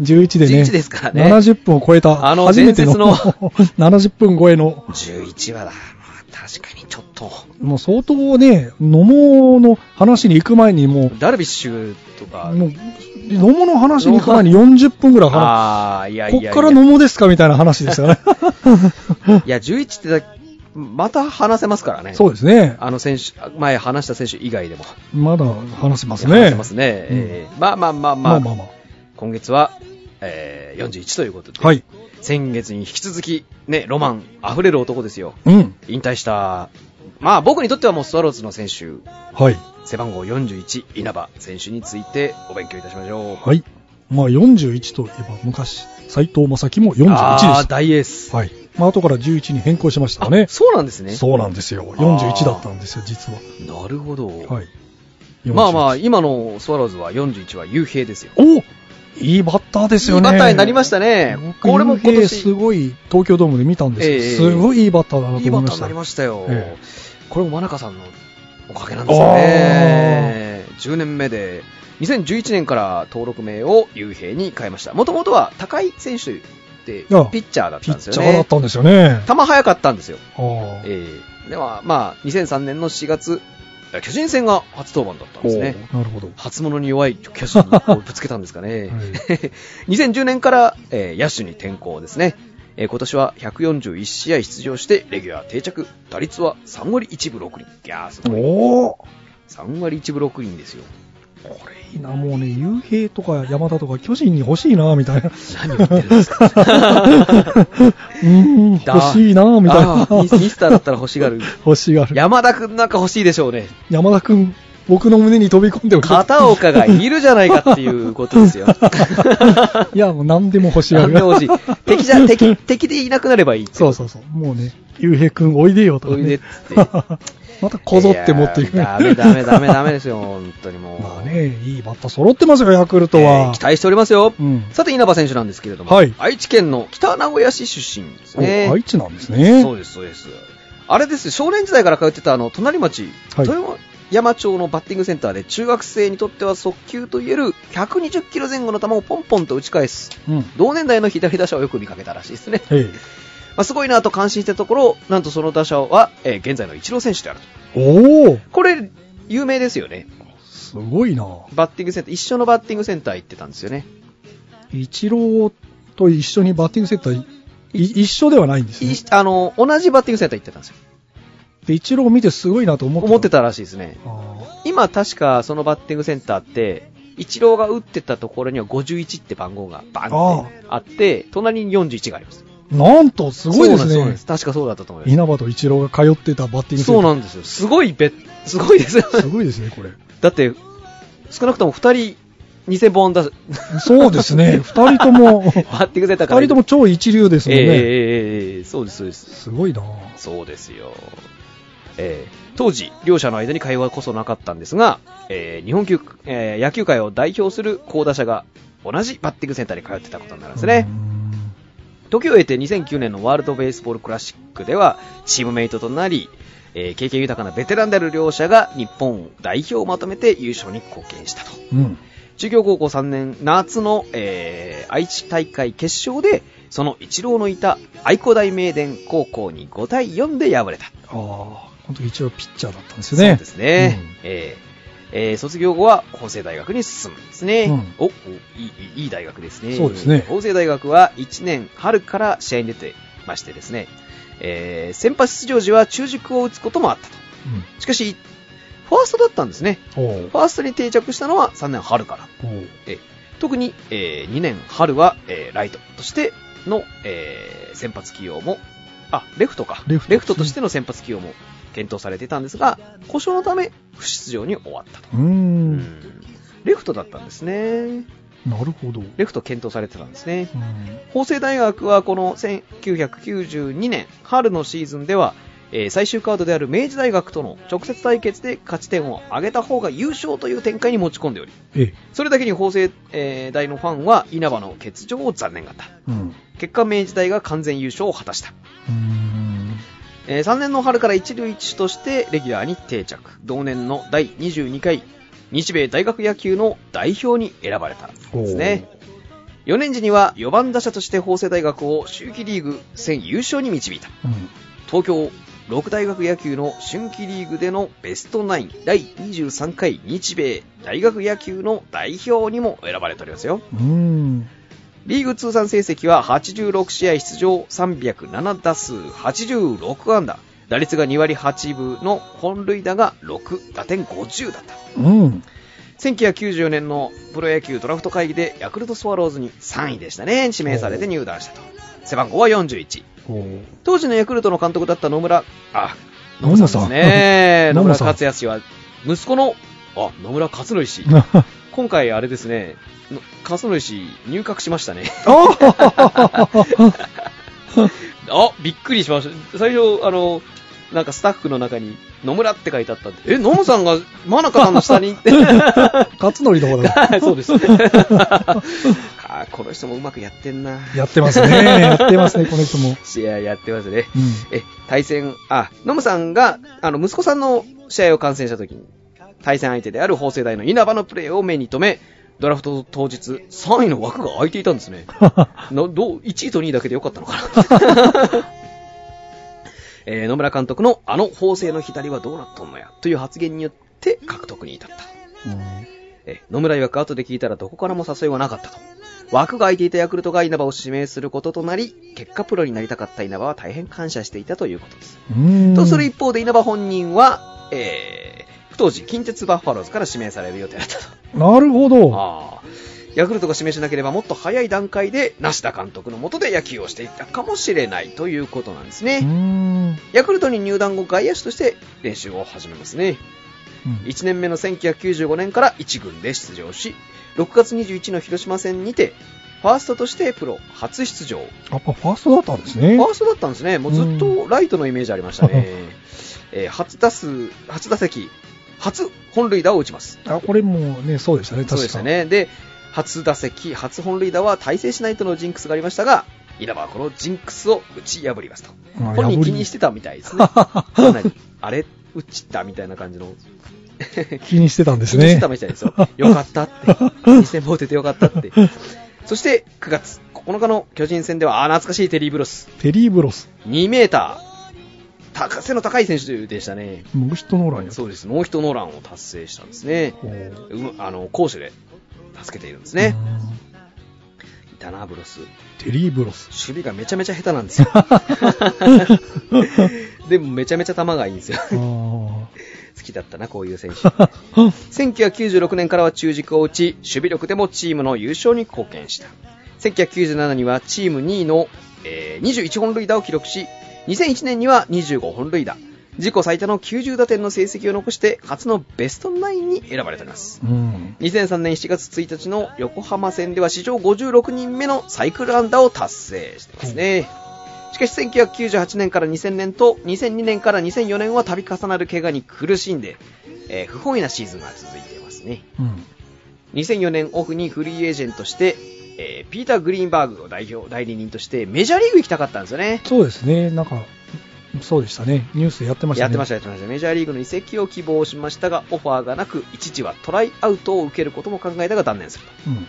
Speaker 3: 11でね。
Speaker 2: 11ですからね
Speaker 3: 70分を超えた。
Speaker 2: あの
Speaker 3: 初めての。
Speaker 2: 伝説
Speaker 3: 70分超えの。
Speaker 2: 11話だ。まあ確かにちょっと。
Speaker 3: もう相当ね、野茂の話に行く前にも
Speaker 2: ダルビッシュと
Speaker 3: う、
Speaker 2: か、
Speaker 3: もう、野茂の話に行く前に40分ぐらい話
Speaker 2: ああ、いやい
Speaker 3: こ
Speaker 2: や
Speaker 3: っ
Speaker 2: いや。
Speaker 3: から野茂ですかみたいな話ですよ ね。
Speaker 2: いや、11ってだ、また話せますからね。
Speaker 3: そう
Speaker 2: で
Speaker 3: ですね。
Speaker 2: あの選手、前話した選手以外でも。
Speaker 3: まだ話せますね。
Speaker 2: 話せますね。えーまあまあまあま
Speaker 3: ま
Speaker 2: あ、
Speaker 3: あまあま
Speaker 2: 今月は、えー、41ということで、
Speaker 3: あ。はい。
Speaker 2: 先月に引き続き、ね、ロマン溢れる男ですよ。
Speaker 3: うん。
Speaker 2: 引退した、まあ僕にとってはもうスワローズの選手、
Speaker 3: はい。
Speaker 2: 背番号41、稲葉選手についてお勉強いたしましょう。
Speaker 3: はい。まあ41といえば昔、斎藤正樹も
Speaker 2: ああ
Speaker 3: 41
Speaker 2: ー、
Speaker 3: で
Speaker 2: 大エー
Speaker 3: す。
Speaker 2: ス。
Speaker 3: はい。まあ後から11に変更しましたね
Speaker 2: あ。そうなんですね。
Speaker 3: そうなんですよ。41だったんですよ、実は。
Speaker 2: なるほど。
Speaker 3: はい。
Speaker 2: まあまあ、
Speaker 3: 41
Speaker 2: 今のスワローズは41は幽閉ですよ。
Speaker 3: おいいバッターですよね。
Speaker 2: いいバッターになりましたね
Speaker 3: 僕
Speaker 2: これも今年
Speaker 3: 雄平すごい、東京ドームで見たん
Speaker 2: ええ
Speaker 3: ですけど、すごいいいバッターだない
Speaker 2: い
Speaker 3: と思
Speaker 2: バ
Speaker 3: いま
Speaker 2: ッタ
Speaker 3: し
Speaker 2: ーに
Speaker 3: た
Speaker 2: なり。ましたよ。
Speaker 3: え
Speaker 2: これも真中さんのおかげなんですよね。10年目で、2011年から登録名を幽閉に変えました。もともとは高井選手って
Speaker 3: ああ
Speaker 2: ピッチャーだっ
Speaker 3: ピ
Speaker 2: たん
Speaker 3: ッ
Speaker 2: です
Speaker 3: チ
Speaker 2: よ
Speaker 3: ャーだ
Speaker 2: ね
Speaker 3: っ。たんですよね。
Speaker 2: 球速かったんですよ。
Speaker 3: あー
Speaker 2: ええでは、まあ、2003年の4月、巨人戦が初登板だったんですね。
Speaker 3: おーなるほど。
Speaker 2: 初物に弱い巨人にこうぶつけたんですかね。2010年から、えー野手に転向ですね。えー今年は141試合出場して、レギュラー定着。打率は3割1分6厘。いやー、すごい。
Speaker 3: おお
Speaker 2: 3割1分6厘ですよ。
Speaker 3: これいいな、もうね、雄平とか山田とか巨人に欲しいな、みたいな。
Speaker 2: 何を言ってるんです か
Speaker 3: うーん、
Speaker 2: だ
Speaker 3: 欲しいな、みたい
Speaker 2: あ
Speaker 3: な。
Speaker 2: ーミスミスターだったら欲しがる。
Speaker 3: 欲しがる。
Speaker 2: 山田くんなんか欲しいでしょうね。
Speaker 3: 山田くん、僕の胸に飛び込んでる。
Speaker 2: 片岡がいるじゃないかっていうことで すよ。
Speaker 3: いや、もう何でも欲しが
Speaker 2: なん
Speaker 3: る。
Speaker 2: で欲しい。敵じゃ、敵、敵でいなくなればいい。
Speaker 3: そうそうそう。もうね、ゆうへいくんおいでよとか、
Speaker 2: お
Speaker 3: ね。
Speaker 2: いでっつって。
Speaker 3: またこぞって持っていく。
Speaker 2: いやーダメダメダメダメですよ、本当にもう。
Speaker 3: まあね、いいバッター揃ってますよ、ヤクル
Speaker 2: え
Speaker 3: トは。
Speaker 2: ー期待しておりますよ。
Speaker 3: うん。
Speaker 2: さて、稲葉選手なんですけれども、
Speaker 3: はい
Speaker 2: 愛知県の北名古屋市出身ですね。
Speaker 3: お愛知なんですね。
Speaker 2: そうです、そうです。あれです、少年時代から通ってた、あの、隣町、
Speaker 3: はい
Speaker 2: 豊山町のバッティングセンターで、中学生にとっては速球といえる120キロ前後の球をポンポンと打ち返す、
Speaker 3: うん。
Speaker 2: 同年代の左打者をよく見かけたらしいですね。
Speaker 3: ええ。
Speaker 2: まあ、すごいなと感心したところ、なんとその打者は、えー現在のイチロー選手であると。
Speaker 3: おお
Speaker 2: これ、有名ですよね。
Speaker 3: すごいな。
Speaker 2: バッティングセンター、一緒のバッティングセンター行ってたんですよね。
Speaker 3: イチローと一緒にバッティングセンター、い一緒ではないんですね
Speaker 2: い。あの、同じバッティングセンター行ってたんですよ。
Speaker 3: で、イチローを見てすごいなと思って
Speaker 2: 思って。たらしいですね。
Speaker 3: あ
Speaker 2: 今確かそのバッティングセンターって、イチローが打ってたところには51って番号がバンってあって、隣に41があります。
Speaker 3: ーなんと、すごいで
Speaker 2: そうなん
Speaker 3: す
Speaker 2: そうなん
Speaker 3: ね
Speaker 2: で。す確かそうだったと思いま
Speaker 3: 稲葉とイチローが通ってたバッティング
Speaker 2: す。
Speaker 3: センター。
Speaker 2: そうなんですよ。すごいべ、すごいで すよ。
Speaker 3: すごいですね、これ。
Speaker 2: だって、少なくとも2人、偽本だ、バ
Speaker 3: そうですね、二人とも、二
Speaker 2: ッティングセンターから。
Speaker 3: 人とも超一流です
Speaker 2: え
Speaker 3: もん
Speaker 2: え、ええ
Speaker 3: ね。
Speaker 2: ええええそうです、そうです。
Speaker 3: すごいな
Speaker 2: そうですよ。えー当時、両者の間に会話こそなかったんですが、えー日本球、えー野球界を代表する好打者が同じバッティングセンターに通ってたことになるんですね。時を経て2009年のワールドベースボールクラシックでは、チームメイトとなり、えー経験豊かなベテランである両者が日本を代表をまとめて優勝に貢献したと。
Speaker 3: うーん。うん。
Speaker 2: 中京高校3年夏の、えー愛知大会決勝で、その一郎のいた愛工大名電高校に5対4で敗れた。
Speaker 3: ああ、この時一応ピッチャーだったんですよね。
Speaker 2: そうですね。
Speaker 3: うん
Speaker 2: えーえー卒業後は法政大学に進むんですね。
Speaker 3: うん
Speaker 2: おおいいいい大学ですね。
Speaker 3: そうですね
Speaker 2: 法政大学は1年春から試合に出てましてですね、えー先発出場時は中軸を打つこともあったと。しかし、ファーストだったんですね。
Speaker 3: うん。お
Speaker 2: フ
Speaker 3: う
Speaker 2: ァーストに定着したのは3年春から。
Speaker 3: おう
Speaker 2: 特に、え2年春は、えーライトとしての、えー先発起用も、あ、レフトか。
Speaker 3: レフトですね
Speaker 2: レフトとしての先発起用も検討されていたんですが、故障のため不出場に終わったと。
Speaker 3: うーん。
Speaker 2: うんレフトだったんですね。
Speaker 3: なるほど。
Speaker 2: レフト検討されてたんですね。
Speaker 3: うん。
Speaker 2: 法政大学はこの1992年春のシーズンでは、えー最終カードである明治大学との直接対決で勝ち点を上げた方が優勝という展開に持ち込んでおり、
Speaker 3: ええ。
Speaker 2: それだけに法政、えー大のファンは稲葉の欠場を残念がった。
Speaker 3: うん。う
Speaker 2: 結果、明治大が完全優勝を果たした。
Speaker 3: ーん。
Speaker 2: え3年の春から一塁一手としてレギュラーに定着。同年の第22回日米大学野球の代表に選ばれたんですね。4年時には4番打者として法政大学を秋季リーグ戦優勝に導いた。
Speaker 3: うん。
Speaker 2: 東京六大学野球の春季リーグでのベストナイン第23回日米大学野球の代表にも選ばれておりますよ。
Speaker 3: うーん。
Speaker 2: リーグ通算成績は86試合出場307打数86安打。打率が2割8分の本塁打が6、打点50だった。
Speaker 3: うん。
Speaker 2: 1994年のプロ野球ドラフト会議でヤクルトスワローズに3位でしたね。指名されて入団したと。背番号は41。
Speaker 3: おう
Speaker 2: 当時のヤクルトの監督だった野村、あ、
Speaker 3: 野村さん
Speaker 2: ですね。 野
Speaker 3: 野
Speaker 2: 村
Speaker 3: 村さん
Speaker 2: 克康は、息子の、あ、野村克則氏。
Speaker 3: あ
Speaker 2: 今回あれですね、の克則氏入閣しましたね。
Speaker 3: あ
Speaker 2: あ、びっくりしました。最初、あの、なんかスタッフの中に野村って書いてあったんで、え、野村さんが真中さんの下に
Speaker 3: 勝則の方だ。
Speaker 2: そう です。あーこの人もうまくやってんな。
Speaker 3: やってますね。 やってますね、この人も。
Speaker 2: 試合やってますね。
Speaker 3: うん。
Speaker 2: え、対戦、あ、野村さんが、あの、息子さんの試合を観戦した時に、対戦相手である法政大の稲葉のプレーを目に留め、ドラフト当日、3位の枠が空いていたんです ね。のどう1位と2位だけでよかったのかな、 えー野村監督のあの法政の左はどうなっとんのやという発言によって獲得に至った、
Speaker 3: うん
Speaker 2: えー野村曰く後で聞いたらどこからも誘いはなかったと枠が空いていたヤクルトが稲葉を指名することとなり、結果プロになりたかった稲葉は大変感謝していたということです。
Speaker 3: うん
Speaker 2: とする一方で稲葉本人は、えー、当時近鉄バッファローズから指名される予定だったと。
Speaker 3: なるほど。
Speaker 2: ああ。ヤクルトが指名しなければもっと早い段階で、梨田監督の下で野球をしていたかもしれないということなんです
Speaker 3: う
Speaker 2: ね。
Speaker 3: んうん
Speaker 2: ヤクルトに入団後外野手として練習を始めますね。1年目の1995年から1軍で出場し、6月21の広島戦にて、ファーストとしてプロ初出場。
Speaker 3: やっぱファーストだったんですね
Speaker 2: ファ。ーストだったんですね。もうずっとライトのイメージありまし たね。えー初打数、初打席、初本塁打を打ちます。
Speaker 3: あ、これもうね、そうでしたね、確か
Speaker 2: そうでした。ね。で、初打席、初本塁打は大成しないとのジンクスがありましたが、稲葉はこのジンクスを打ち破りますと。
Speaker 3: まあ
Speaker 2: 本人
Speaker 3: 破
Speaker 2: 気
Speaker 3: り
Speaker 2: にしてたみたいですね。かなりあれ打ちたみたいな感じの。
Speaker 3: 気にしてたんです
Speaker 2: 気にし
Speaker 3: ね
Speaker 2: て。たみたい ですよ。よかったって。2戦も打ててよかったって。そして、9月9日の巨人戦では、あー、懐かしいテリー・ブロス。
Speaker 3: テリー・ブロス。
Speaker 2: 2メーター。高背の高い選手でしたね。
Speaker 3: ノーヒットノーランや
Speaker 2: そうです。ノーヒットノーランを達成したんですね。
Speaker 3: おー
Speaker 2: うんあの、攻守で助けているんですね。
Speaker 3: うん
Speaker 2: いたな、ブロス。
Speaker 3: テリー・ブロス。
Speaker 2: 守備がめちゃめちゃ下手な んですよ。でもめちゃめちゃ球がいいんですよ。
Speaker 3: あー
Speaker 2: 好きだったな、こういう選手。1996年からは中軸を打ち、守備力でもチームの優勝に貢献した。1997にはチーム2位の、えー21本塁打を記録し、2001年には25本塁打、自己最多の90打点の成績を残して、初のベストナインに選ばれていま す。
Speaker 3: うん。
Speaker 2: 2003年7月1日の横浜戦では史上56人目のサイクル安打を達成してますね。しかし1998年から2000年と2002年から2004年は度重なる怪我に苦しんで、えー不本意なシーズンが続いていますね。
Speaker 3: うん。
Speaker 2: 2004年オフにフリーエージェントして、えーピーター・グリーンバーグを代表、代理人としてメジャーリーグ行きたかったんですよね。
Speaker 3: そうですね、なんか、そうでしたね。ニュースでやってましたね。
Speaker 2: やってました、やってました。メジャーリーグの移籍を希望しましたが、オファーがなく、一時はトライアウトを受けることも考えたが断念すると。
Speaker 3: うん。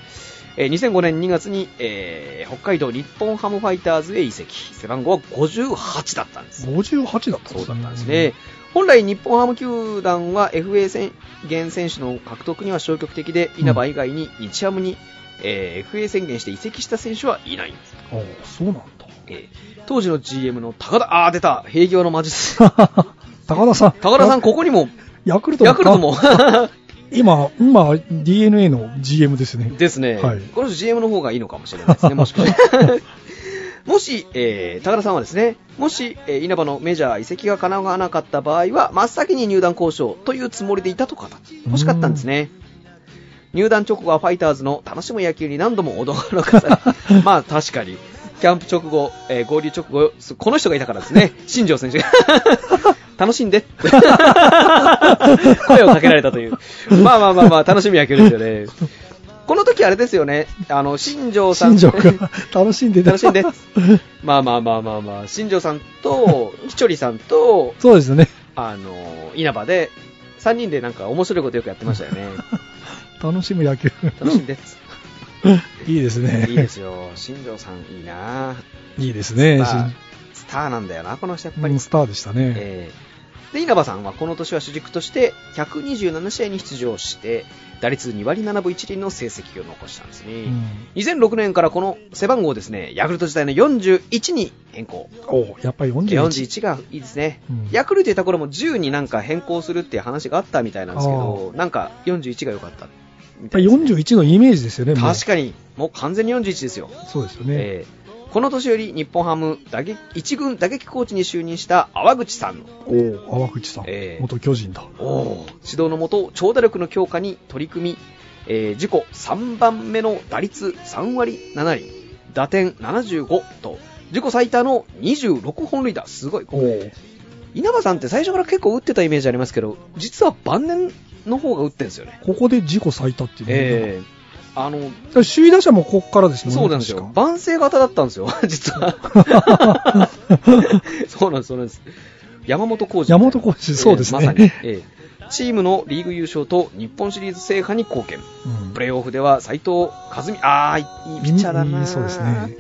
Speaker 2: えー2005年2月に、えー北海道日本ハムファイターズへ移籍背番号は58だったんです
Speaker 3: 58だった
Speaker 2: そうだったんですね、。本来日本ハム球団は FA 選現選手の獲得には消極的で稲葉以外に日ハムに、えー FA 宣言して移籍した選手はいないんです、
Speaker 3: ああ、そうなんだ。
Speaker 2: えー当時の GM の高田あー出た平行の 魔術
Speaker 3: 高田さん。
Speaker 2: 高田さん
Speaker 3: や
Speaker 2: ここにも
Speaker 3: ヤクルトの
Speaker 2: ヤクルトも
Speaker 3: 今、今、DNA の GM ですね。
Speaker 2: ですね、
Speaker 3: はい
Speaker 2: この人 GM の方がいいのかもしれないですね、もしかした ら。もし、えー、高田さんはですね、もし、えー稲葉のメジャー移籍が叶わなかった場合は、真っ先に入団交渉というつもりでいたと語って、欲しかったんですね。入団直後はファイターズの楽しむ野球に何度も驚 かされ、まあ確かに、キャンプ直後、えー合流直後、すこの人がいたからで すね、新庄選手が。楽しんでって 声をかけられたという。まあまあまあまあ、楽しみ野球ですよね。この時あれですよね、あの、新庄さん。
Speaker 3: 新庄が 楽しんでた
Speaker 2: 楽しんで。まあまあまあまあまあ、新庄さんと、ひちょりさんと、
Speaker 3: そうですね。
Speaker 2: あの、稲葉で、3人でなんか面白いことよくやってましたよね。
Speaker 3: 楽しむ野球。
Speaker 2: 楽しんでっつ
Speaker 3: いいですね。
Speaker 2: いいですよ。新庄さんいいな、
Speaker 3: いいですね。
Speaker 2: まあ
Speaker 3: 新
Speaker 2: スターなんだよな、この人やっぱ
Speaker 3: う
Speaker 2: り
Speaker 3: ん。スターでしたね。
Speaker 2: えーで、稲葉さんはこの年は主軸として127試合に出場して、打率2割7分1厘の成績を残したんですね。
Speaker 3: うん
Speaker 2: 2006年からこの背番号をですね、ヤクルト時代の41に変更。
Speaker 3: おうやっぱり41。
Speaker 2: 41がいいですね。
Speaker 3: うん
Speaker 2: ヤクルトいた頃も10になんか変更するっていう話があったみたいなんですけど、なんか41が良かったみ
Speaker 3: や
Speaker 2: た
Speaker 3: っ
Speaker 2: い
Speaker 3: ぱ
Speaker 2: ですね、
Speaker 3: 41のイメージですよね。もう
Speaker 2: 確かに、もう完全に41ですよ。
Speaker 3: そうですよね。
Speaker 2: えーこの年より日本ハム打撃一軍打撃コーチに就任した淡口さんの
Speaker 3: おう淡口さん
Speaker 2: ええ。
Speaker 3: 元巨人だ。
Speaker 2: 指導のもと長打力の強化に取り組み、えー自己3番目の打率3割7厘打点75と自己最多の26本塁打すごい
Speaker 3: おう
Speaker 2: 稲葉さんって最初から結構打ってたイメージありますけど実は晩年の方が打ってるんですよね、
Speaker 3: ここで自己最多っていうね。
Speaker 2: えーあの
Speaker 3: だから首位打者もここからですもんね。
Speaker 2: そうなんですよ
Speaker 3: 確か
Speaker 2: 晩成型だったんですよ実は そうなんですそうなんです山本浩二
Speaker 3: 山本浩二、 そうですね。
Speaker 2: えーまさに、えーチームのリーグ優勝と日本シリーズ制覇に貢献
Speaker 3: うん
Speaker 2: プレーオフでは斎藤和美、ああ、いいピッチャーだ
Speaker 3: い
Speaker 2: な。
Speaker 3: いそうですね。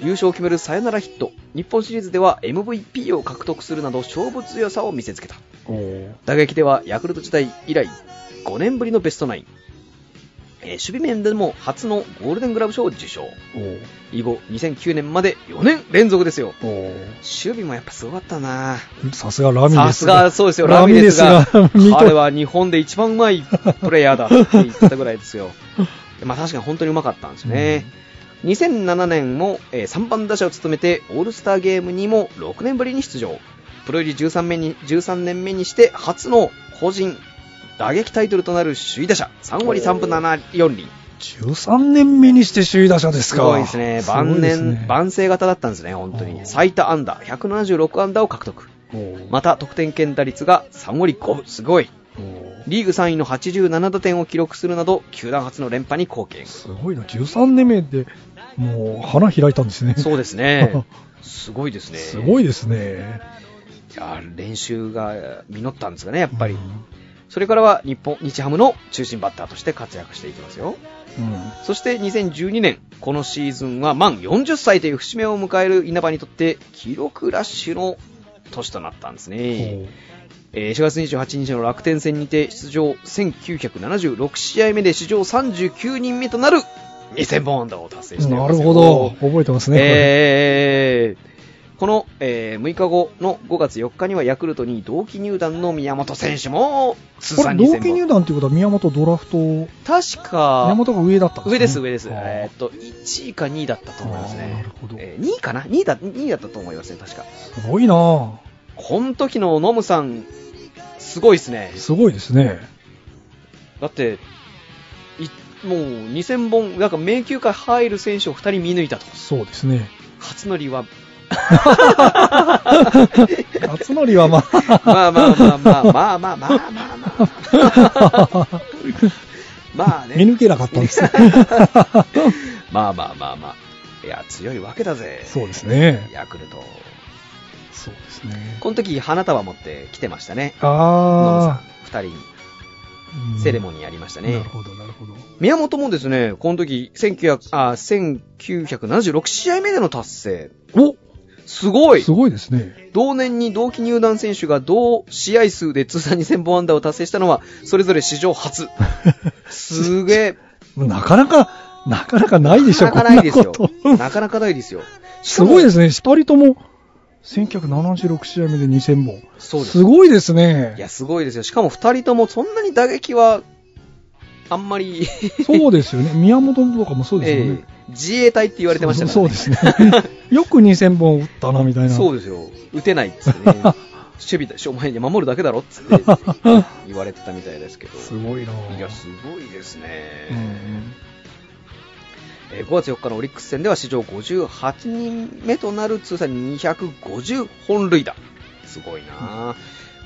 Speaker 2: 優勝を決めるサヨナラヒット。日本シリーズでは MVP を獲得するなど勝負強さを見せつけた。
Speaker 3: おー
Speaker 2: 打撃ではヤクルト時代以来5年ぶりのベストナイン。えー守備面でも初のゴールデングラブ賞を受賞。
Speaker 3: おー
Speaker 2: 以後、2009年まで4年連続ですよ。
Speaker 3: おー
Speaker 2: 守備もやっぱすごかったな
Speaker 3: さすがラミレス
Speaker 2: さ
Speaker 3: だ
Speaker 2: すが、そうですよ、
Speaker 3: ラ
Speaker 2: ラミ
Speaker 3: ミ
Speaker 2: レ
Speaker 3: レ
Speaker 2: ス
Speaker 3: ス
Speaker 2: が
Speaker 3: が、見と
Speaker 2: 彼は日本で一番うまいプレイヤーだって言ったぐらいで すよ。まあ確かに本当にうまかったんですよね。2007年も、えー3番打者を務めてオールスターゲームにも6年ぶりに出場。プロ入り13年に ,13 年目にして初の個人打撃タイトルとなる首位打者3割3分7 4厘。
Speaker 3: 13年目にして首位打者です
Speaker 2: す
Speaker 3: か。
Speaker 2: ごいですね。晩
Speaker 3: すごいですね
Speaker 2: 年、晩成型だったんですね、本当
Speaker 3: おー
Speaker 2: に。最多安打、176安打を獲得。
Speaker 3: おー
Speaker 2: また得点圏打率が3割5分。すごい。
Speaker 3: おー
Speaker 2: リーグ3位の87打点を記録するなど、球団初の連覇に貢献。
Speaker 3: すごいな、13年目で、もう花開いたんですね。
Speaker 2: そうで すね。すごいですね。
Speaker 3: すご
Speaker 2: い。
Speaker 3: いですね。
Speaker 2: や、練習が実ったんですかね、やっぱり。
Speaker 3: うん
Speaker 2: それからは日本、日ハムの中心バッターとして活躍していきますよ。
Speaker 3: うん
Speaker 2: そして2012年、このシーズンは満40歳という節目を迎える稲葉にとって、記録ラッシュの年となったんですね。えー4月28日の楽天戦にて出場1976試合目で史上39人目となる2000本安打を達成してい
Speaker 3: な
Speaker 2: ます
Speaker 3: る
Speaker 2: よ
Speaker 3: ほど、覚えてますね。これ
Speaker 2: えーこの、えー6日後の5月4日にはヤクルトに同期入団の宮本選手も通
Speaker 3: これ
Speaker 2: 算2000
Speaker 3: 同
Speaker 2: 本
Speaker 3: 期入団ということは宮本ドラフト、宮
Speaker 2: 確か
Speaker 3: 本が上だったん
Speaker 2: 上です、上です。
Speaker 3: あー
Speaker 2: えーっと、1位か2位だったと思います
Speaker 3: あーな
Speaker 2: ね
Speaker 3: るほど。
Speaker 2: えー2位かな ?2 位だ、2位だったと思いますね、確か。
Speaker 3: すごいなぁ
Speaker 2: この時のノムさん、すごいですね。
Speaker 3: すごいですね。
Speaker 2: だって、いもう2000本、なんか迷宮界入る選手を2人見抜いたと。
Speaker 3: そうですね。
Speaker 2: 初 乗りは、
Speaker 3: 夏則はまあ、
Speaker 2: まあまあまあまあまあまあまあまあまあ。まあ
Speaker 3: 見
Speaker 2: ね。
Speaker 3: 抜けなかったんで すね。
Speaker 2: まあまあまあまあ。いや、強いわけだぜ。
Speaker 3: そうですね。
Speaker 2: ヤクルト。
Speaker 3: そうですね。
Speaker 2: この時、花束持って来てましたね。
Speaker 3: あ
Speaker 2: 二人
Speaker 3: あ、
Speaker 2: セレモ
Speaker 3: ニ
Speaker 2: ニーやりました
Speaker 3: ー
Speaker 2: ね。
Speaker 3: なるほど、なるほど。
Speaker 2: 宮本もですね、この時、1900あ1976試合目での達成。
Speaker 3: お
Speaker 2: すごい
Speaker 3: すごいですね。
Speaker 2: 同年に同期入団選手が同試合数で通算2000本安打を達成したのは、それぞれ史上初。すげえ。
Speaker 3: なかなか、なかなか ないでしょ、
Speaker 2: なかなかないですよ
Speaker 3: こんなこ。と
Speaker 2: なかなかないですよ。。
Speaker 3: すごいですすね。二人とも、1976試合目で2000本。
Speaker 2: そうです
Speaker 3: す。ごいですね
Speaker 2: い。や、すごいですよ。しかも二人ともそんなに打撃は、あんまり、
Speaker 3: そうですよね。宮本とかもそうですよね。
Speaker 2: ええ自衛隊って言われてましたから、ね。
Speaker 3: そうそうですね。 よく2000本打ったな、みたいな。
Speaker 2: そ う
Speaker 3: う
Speaker 2: ですよ、打てないっつって ね、守備だし、お前に守るだけだろっつって言われてたみたいですけど、
Speaker 3: すごいなぁ
Speaker 2: いや、すごいですね、
Speaker 3: うん
Speaker 2: えー5月4日のオリックス戦では史上58人目となる通算250本塁打、すごいなぁ、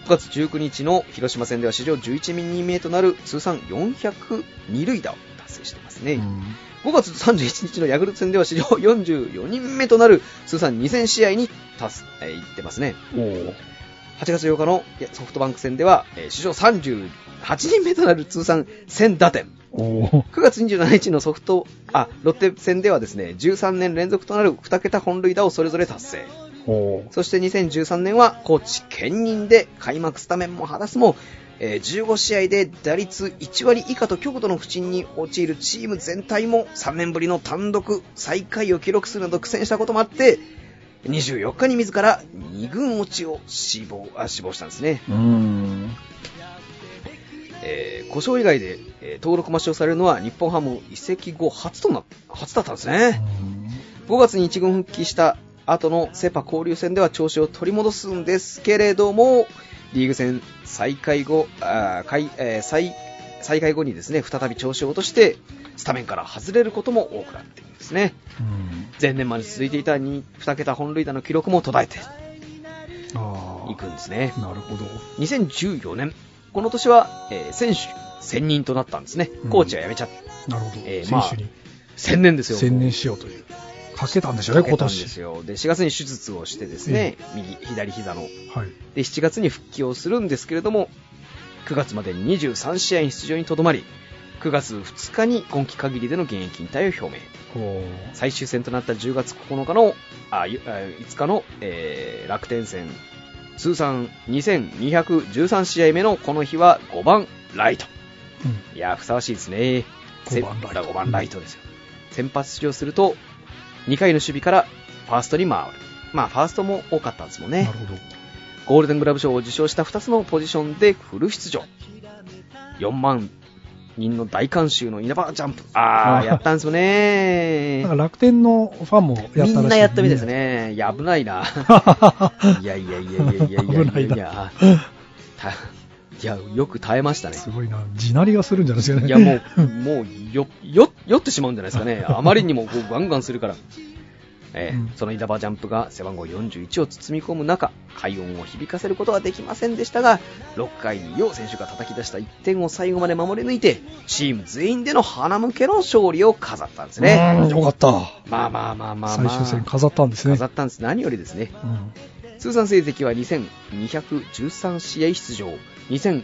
Speaker 2: 5月19日の広島戦では史上11人目となる通算402塁打を達成してますね。
Speaker 3: うん
Speaker 2: 5月31日のヤクルト戦では史上44人目となる通算2000試合に達す、えー行ってますね。
Speaker 3: お
Speaker 2: 8月8日のいやソフトバンク戦では、えー史上38人目となる通算1000打点。
Speaker 3: おお
Speaker 2: 9月27日のソフト、あ、ロッテ戦ではですね、13年連続となる2桁本塁打をそれぞれ達成。
Speaker 3: お
Speaker 2: そして2013年はコーチ兼任で開幕スタメンも果たすも、えー15試合で打率1割以下と極度の不振に陥るチーム全体も3年ぶりの単独最下位を記録するなど苦戦したこともあって、24日に自ら2軍落ちを死亡あ死亡したんですね、
Speaker 3: うん
Speaker 2: えー故障以外で、えー登録抹消されるのは日本ハム移籍後初とな初だったんですね、5月に一軍復帰した後のセ・パ交流戦では調子を取り戻すんですけれども、リーグ戦再開後、あー開えー再再開後にですね、再び調子を落として、スタメンから外れることも多くなっているんですね。
Speaker 3: うん
Speaker 2: 前年まで続いていた 2, 2桁本塁打の記録も途絶え
Speaker 3: あ
Speaker 2: ていくんですね
Speaker 3: あ。なるほど
Speaker 2: 2014年、この年は、えー選手専任となったんですね
Speaker 3: う。ん
Speaker 2: コーチは辞めちゃって、
Speaker 3: なるほど、
Speaker 2: えー
Speaker 3: 選
Speaker 2: まあ
Speaker 3: 手に
Speaker 2: 専念ですよ。
Speaker 3: 専念しようというかけたんでしょう
Speaker 2: か
Speaker 3: ね
Speaker 2: け
Speaker 3: 今
Speaker 2: たんです
Speaker 3: 年
Speaker 2: よ。で、4月に手術をしてですね、右、左膝の
Speaker 3: はい
Speaker 2: で7月に復帰をするんですけれども9月までに23試合に出場にとどまり9月2日に今季限りでの現役引退を表明
Speaker 3: こ
Speaker 2: 最終戦となった10月9日のあゆあ5日の、えー楽天戦通算2213試合目のこの日は5番ライト
Speaker 3: う、うん
Speaker 2: いやーふさわしいですね
Speaker 3: 5番ライト
Speaker 2: 5番ライトですよ。先発出場すると、2回の守備からファーストに回る。まあ、ファーストも多かったんですもんね
Speaker 3: な。るほど
Speaker 2: ゴールデングラブ賞を受賞した2つのポジションでフル出場。4万人の大観衆の稲葉ジャンプ。あ
Speaker 3: あ
Speaker 2: あ、
Speaker 3: ー
Speaker 2: やったんですよね
Speaker 3: なんか。楽天のファンもやったらしい、
Speaker 2: みんなやったみたいですね。いや、危ない な。いやいやいやいやいやいや
Speaker 3: 危ない
Speaker 2: い
Speaker 3: な
Speaker 2: や
Speaker 3: い
Speaker 2: や。たいや、よく耐えましたね。
Speaker 3: すごいな地鳴りがするんじゃないですかね
Speaker 2: いや、もう、もう、よ、よ、酔ってしまうんじゃないですかね。あまりにもこうガンガンするから。ええ
Speaker 3: うん
Speaker 2: その稲葉ジャンプが背番号41を包み込む中、快音を響かせることはできませんでしたが、6回に楊選手が叩き出した1点を最後まで守り抜いて、チーム全員での花向けの勝利を飾ったんですね。
Speaker 3: うんよかった、
Speaker 2: まあまあまあまあまあ。
Speaker 3: 最終戦飾ったんですね
Speaker 2: 飾ったんです。何よりですね。
Speaker 3: うん
Speaker 2: 通算成績は2213試合出場、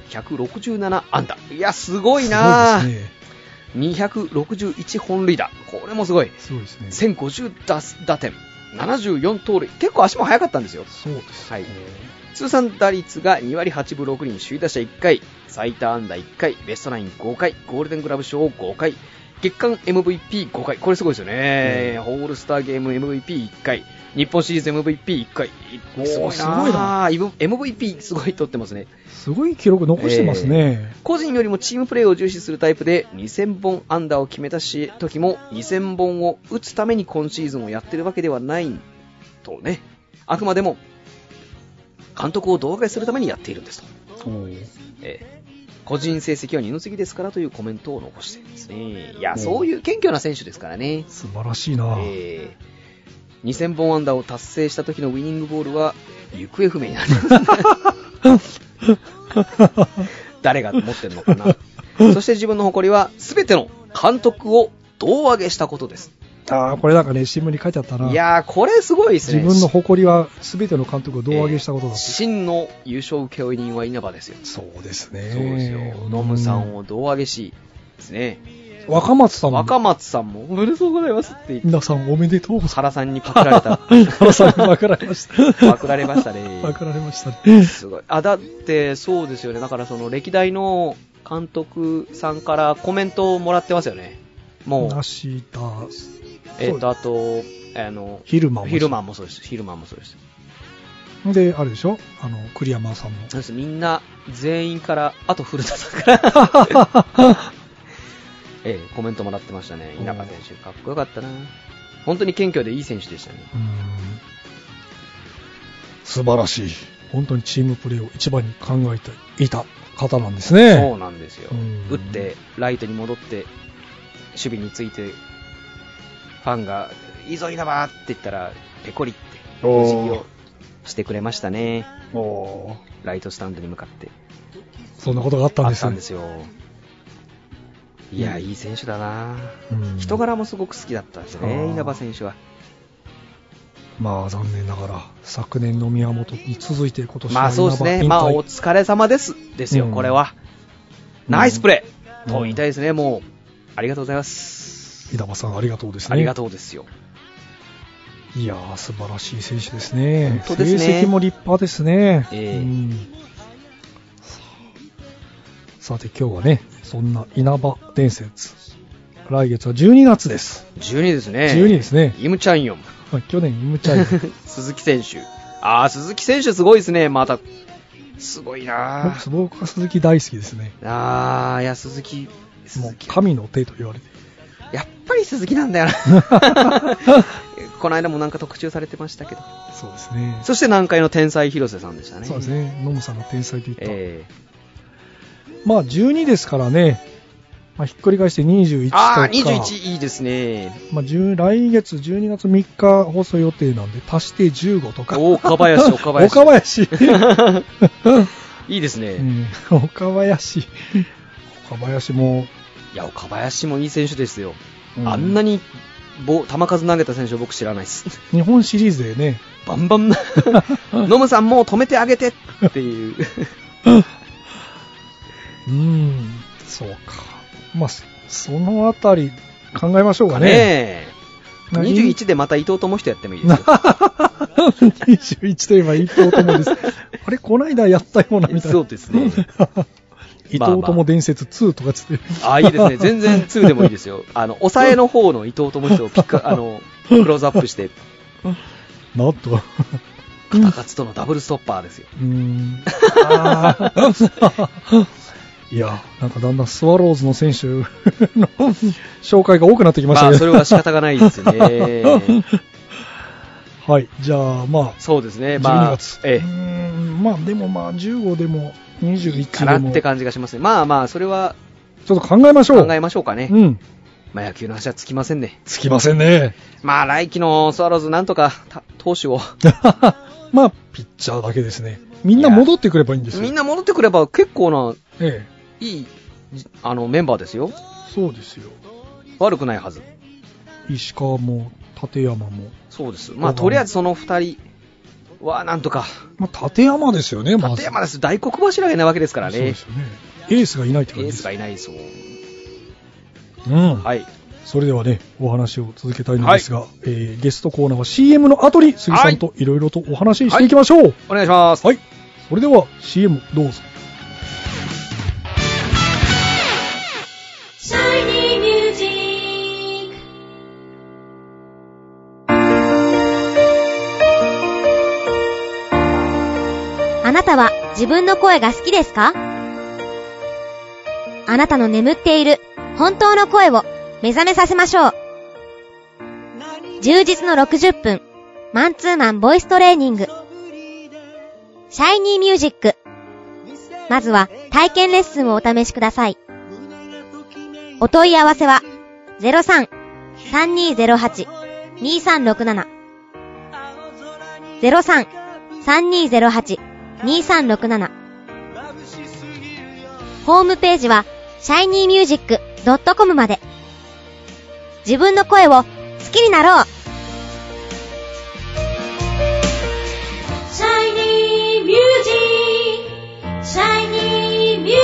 Speaker 2: 2167安打。いや、すごいな
Speaker 3: す
Speaker 2: ぁ
Speaker 3: ごいですね
Speaker 2: 261本塁打、これもすごい、
Speaker 3: すごいですね
Speaker 2: 1050打打点、74盗塁、結構足も速かったんですよ、
Speaker 3: そうです、
Speaker 2: はい通算打率が2割8分6厘、首位打者1回、最多安打1回、ベストナイン5回、ゴールデングラブ賞5回、月間 MVP5 回、これすごいですよね、ホールスターゲーム MVP1 回、日本シリーズ MVP1 回、すごい
Speaker 3: すごいな
Speaker 2: な、MVP すごい取ってますね。
Speaker 3: すごい記録残してますね、
Speaker 2: 個人よりもチームプレーを重視するタイプで2000本安打を決めたし時も2000本を打つために今シーズンをやってるわけではないとねあくまでも監督を動画するためにやっているんですと、ええ個人成績は二の次ですからというコメントを残しているんですねいやそういう謙虚な選手ですからね
Speaker 3: 素晴らしいな、
Speaker 2: えー2000本安打を達成した時のウィニングボールは行方不明になります誰が持ってるのかなそして自分の誇りは全ての監督を胴上げしたことです
Speaker 3: ああこれなんかね新聞に書いてあったない
Speaker 2: やーこれすごいです
Speaker 3: 自
Speaker 2: ね
Speaker 3: 分の誇りは全ての監督を胴上げしたことだ
Speaker 2: えー
Speaker 3: と、
Speaker 2: 真の優勝請負人は稲葉ですよ
Speaker 3: そうですね
Speaker 2: そうですよノムさんを胴上げしですね
Speaker 3: うん若松さんも
Speaker 2: 若松さんもおめでとうございますって言って
Speaker 3: 皆さんおめでとうございます
Speaker 2: 原さんにパクら れた
Speaker 3: 原さんにまくられました
Speaker 2: パクられましたね
Speaker 3: まくられましたね
Speaker 2: すごい。あ、だって、そうですよね。だから、その、歴代の監督さんからコメントをもらってますよね。もう、
Speaker 3: 梨田
Speaker 2: えっ、と、あと、あの、
Speaker 3: ヒルマンも
Speaker 2: ヒルマンもそうです。ヒルマンもそうです。
Speaker 3: であれでしょあの栗山さんも
Speaker 2: そうです。みんな、全員から、あと古田さんから、 ええコメントもらってましたね。稲葉選手、かっこよかったな。本当に謙虚でいい選手でしたね。
Speaker 3: うん素晴らしい本当にチームプレーを一番に考えていた方なんですね
Speaker 2: そうなんですよ
Speaker 3: うん。
Speaker 2: 打って、ライトに戻って、守備について、ファンが、いいぞ稲葉って言ったら、ペコリって、
Speaker 3: おー
Speaker 2: お辞儀をしてくれましたね。
Speaker 3: おー
Speaker 2: ライトスタンドに向かって。
Speaker 3: そんなことがあったん
Speaker 2: あ
Speaker 3: で
Speaker 2: っ
Speaker 3: す
Speaker 2: たん
Speaker 3: ね
Speaker 2: ですよ。いや、いい選手だな
Speaker 3: うん
Speaker 2: 人柄もすごく好きだったんですよ
Speaker 3: あー
Speaker 2: ね、稲葉選手は。
Speaker 3: まあ残念ながら昨年の宮本に続いて今年は
Speaker 2: まあそうですね。
Speaker 3: 稲
Speaker 2: まあ
Speaker 3: 葉引退
Speaker 2: お疲れ様です。ですよ、
Speaker 3: うん
Speaker 2: これは。
Speaker 3: うん
Speaker 2: ナイスプレ
Speaker 3: う
Speaker 2: ー
Speaker 3: ん
Speaker 2: と言いたいですね、もう。ありがとうございます。
Speaker 3: 稲葉さんありがとうですね
Speaker 2: ありがとうですよ。
Speaker 3: いやー素晴らしい選手ですね
Speaker 2: 本当ですね
Speaker 3: 成績も立派ですね、
Speaker 2: ええ
Speaker 3: うんさあさて今日はねそんな稲葉伝説来月は12月です、
Speaker 2: 12ですね。
Speaker 3: 12ですね
Speaker 2: イムチャンヨン、
Speaker 3: まあ去年イムチャイム
Speaker 2: 鈴木選手。ああ、鈴木選手すごいですね、また。すごいな
Speaker 3: 僕僕は鈴木大好きですね
Speaker 2: あ。ああ、いや、鈴木。
Speaker 3: もう
Speaker 2: 鈴木
Speaker 3: 神の手と言わ れて
Speaker 2: やっぱり鈴木なんだよ な。この間もなんか特注されてましたけど。
Speaker 3: そうですね
Speaker 2: そして南海の天才広瀬さんでしたね。
Speaker 3: そうですねノムさんの天才と言った、
Speaker 2: え
Speaker 3: まあ12ですからね、まあ、ひっくり返して21
Speaker 2: え
Speaker 3: と
Speaker 2: あ
Speaker 3: か
Speaker 2: あ、21いいですね。
Speaker 3: まあ、10来月12月3日放送予定なんで足して15とか
Speaker 2: お 岡林、岡林。
Speaker 3: 岡林
Speaker 2: いいですね。
Speaker 3: うん岡林岡林も、
Speaker 2: いや、岡林もいい選手ですよ。
Speaker 3: うん
Speaker 2: あんなに棒、球数投げた選手僕知らないです。
Speaker 3: 日本シリーズでね
Speaker 2: バンバンな、 ノムさんもう止めてあげてっていう。
Speaker 3: うんそうかまあそそのあたり考えましょうか ね
Speaker 2: ねえ。
Speaker 3: まあ
Speaker 2: 21でまた伊藤智人やってもいい ですよ。
Speaker 3: 21といえば伊藤友ですあれこないだやったようなみたいな。
Speaker 2: そうですね
Speaker 3: 伊
Speaker 2: まあまあ
Speaker 3: 藤友伝説2とかつって。
Speaker 2: ああ、いい ですね。全然2でもいいですよ。 あの、抑えの方の伊藤智人をピッ ク、あの、クローズアップして、
Speaker 3: なんと。う
Speaker 2: 肩勝とのダブルストッパーですよ。
Speaker 3: ー ん。あーいや、なんかだんだんスワローズの選手の紹介が多くなってきまし
Speaker 2: ま
Speaker 3: た
Speaker 2: あ、
Speaker 3: け
Speaker 2: それ
Speaker 3: ど。
Speaker 2: は仕方がないです よね。
Speaker 3: はい。じゃあ、まあ、
Speaker 2: そうですね。
Speaker 3: 12
Speaker 2: まあ
Speaker 3: 月、。
Speaker 2: え
Speaker 3: う
Speaker 2: え
Speaker 3: ー。んまあ、でもまあ、15でも、
Speaker 2: か
Speaker 3: 21
Speaker 2: な
Speaker 3: でも、
Speaker 2: っ
Speaker 3: ち
Speaker 2: て
Speaker 3: ょっ
Speaker 2: 感じがしますね。まあまあ、それは
Speaker 3: と考えましょう。
Speaker 2: 考えましょうかね。
Speaker 3: うん。
Speaker 2: まあ野球の話はつきませんね。
Speaker 3: つきませんね。
Speaker 2: まあ来季のスワローズなんとかた投手を、
Speaker 3: まあ、ピッチャーだけですね。みんな戻ってくればいいんですよ。
Speaker 2: みんな戻ってくれば結構な、
Speaker 3: ええ。
Speaker 2: いい、じあの、メンバーですよ。
Speaker 3: そうですよ。
Speaker 2: 悪くないはず。
Speaker 3: 石川も、立山も。
Speaker 2: そうです。まあとりあえずその二人はなんとか。
Speaker 3: まあ、立山ですよね、まず。
Speaker 2: 立山です。大黒柱がいないわけですから
Speaker 3: そうで
Speaker 2: ね。
Speaker 3: すよね。エースがいないって感
Speaker 2: エ
Speaker 3: じ
Speaker 2: ー
Speaker 3: で
Speaker 2: ス
Speaker 3: す。
Speaker 2: がいないそう。
Speaker 3: うん。
Speaker 2: はい。
Speaker 3: それではね、お話を続けたいのですが、えーゲストコーナーは CM の後に杉さんといろいろとお話ししていきましょう。はい。
Speaker 2: お願いします。
Speaker 3: それでは CM どうぞ。
Speaker 1: Shiny Music! あなたは自分の声が好きですかあなたの眠っている本当の声を目覚めさせましょう。充実の60分、マンツーマンボイストレーニング。シャイニーミュージック。まずは体験レッスンをお試しください。お問い合わせは03-3208-2367 03-3208-2367ホームページは shinymusic.com まで自分の声を好きになろう Shiny Music Shiny Music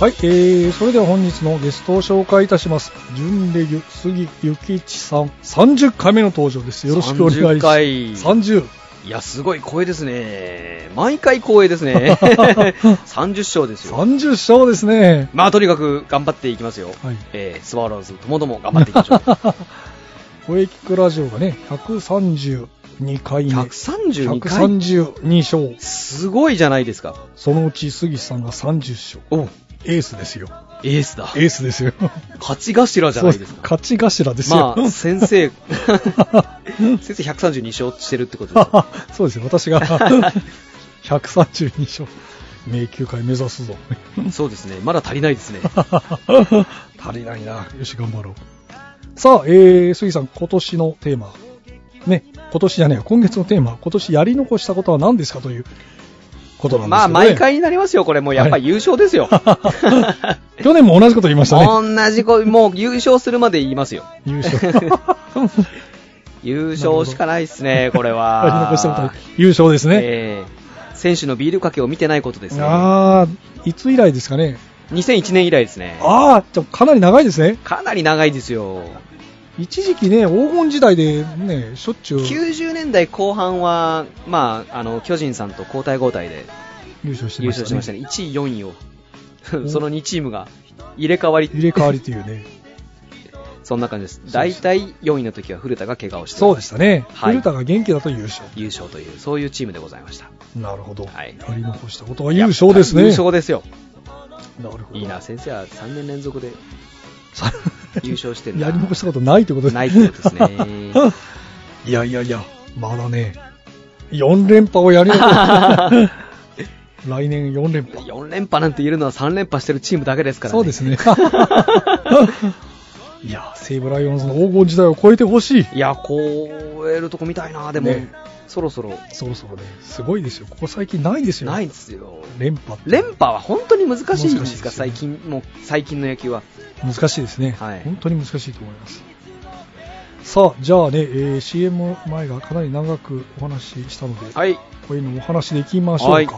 Speaker 3: はい、えー、それでは本日のゲストを紹介いたします。準レギュ杉ゆきちさん、30回目の登場です。よろしくお願いします。
Speaker 2: 30回
Speaker 3: 30
Speaker 2: いや、すごい光栄ですね。毎回光栄です ね。30勝ですよ。
Speaker 3: 30勝ですね。
Speaker 2: まあ、とにかく頑張っていきますよ。
Speaker 3: はい。
Speaker 2: えースワローズともども頑張っていきましょう。
Speaker 3: 声キックラジオがね、132回目。
Speaker 2: 132回
Speaker 3: 132勝。
Speaker 2: すごいじゃないですか。
Speaker 3: そのうち杉さんが30勝。
Speaker 2: お
Speaker 3: エースですよ。
Speaker 2: エースだ。
Speaker 3: エースですよ。
Speaker 2: 勝ち頭じゃないです
Speaker 3: そう
Speaker 2: か。
Speaker 3: 勝ち頭ですよ
Speaker 2: ま。 あ、先生、先 生132勝してるってことですよ。
Speaker 3: そうですよ、私 が132勝、迷宮会目指す ぞ。
Speaker 2: そうですね。まだ足りないですね。
Speaker 3: 足りないな。よし、頑張ろう。さあ、えー、杉さん、今年のテーマ、ね、今年じゃねえ、今月のテーマ、今年やり残したことは何ですかということなんですけど、ね、
Speaker 2: まあ、毎回になりますよ。これもうやっぱり優勝で すよ。
Speaker 3: 去年も同じこと言いましたね。
Speaker 2: 同じこ、もう優勝するまで言いま すよ。
Speaker 3: 優 勝。
Speaker 2: 優勝しかないですね、これは。
Speaker 3: やり残したことは優勝ですね。
Speaker 2: えー選手のビールかけを見てないことですね。
Speaker 3: ああ、いつ以来ですかね。
Speaker 2: 2001年以来ですね。
Speaker 3: ああ、じゃあかなり長いですね。
Speaker 2: かなり長いですよ。
Speaker 3: 一時期ね、黄金時代でね、しょっちゅう優
Speaker 2: 90年代後半は、まあ、あの、巨人さんと交代交代で
Speaker 3: 勝して
Speaker 2: 優
Speaker 3: ま
Speaker 2: 勝しまし
Speaker 3: した
Speaker 2: た
Speaker 3: ね。
Speaker 2: ね。1位、4位を。 その2チームが入れ替わり、
Speaker 3: 入れ替わりというね。
Speaker 2: そんな感じで
Speaker 3: そう
Speaker 2: す。大体4位の時は古田が怪我をして、
Speaker 3: そうでしたね。
Speaker 2: はい
Speaker 3: 古田が元気だと優勝。
Speaker 2: 優勝という、そういうチームでございました。
Speaker 3: なるほど。
Speaker 2: はい
Speaker 3: やり残したことは優勝ですね。
Speaker 2: 優勝ですよ。
Speaker 3: なるほど。
Speaker 2: いいな、先生は3年連続で
Speaker 3: さ。
Speaker 2: 優勝してるな
Speaker 3: やり残したことないということ
Speaker 2: ないってことですね
Speaker 3: いやいやいや、まだね、4連覇をやり残 す。来年4連覇。
Speaker 2: 4連覇なんて言えるのは3連覇してるチームだけですからね。
Speaker 3: そうですね。 いや、西武ライオンズの黄金時代を超えてほしい。
Speaker 2: いや、こうえるとこ見たいな、でも、
Speaker 3: ね
Speaker 2: そろそろ
Speaker 3: そろそろね、すごいですよ。ここ最近ないですよ。
Speaker 2: ないんですよ。
Speaker 3: 連覇って
Speaker 2: 連覇は本当に難しい
Speaker 3: 難し
Speaker 2: んで
Speaker 3: いですよ
Speaker 2: す
Speaker 3: ね
Speaker 2: か、最近、もう最近の野球は。
Speaker 3: 難しいですね、
Speaker 2: はい
Speaker 3: 本当に難しいと思いますさあじゃあね、えー CM 前がかなり長くお話ししたので、
Speaker 2: はい。
Speaker 3: こういうのお話できましょうか、
Speaker 2: はい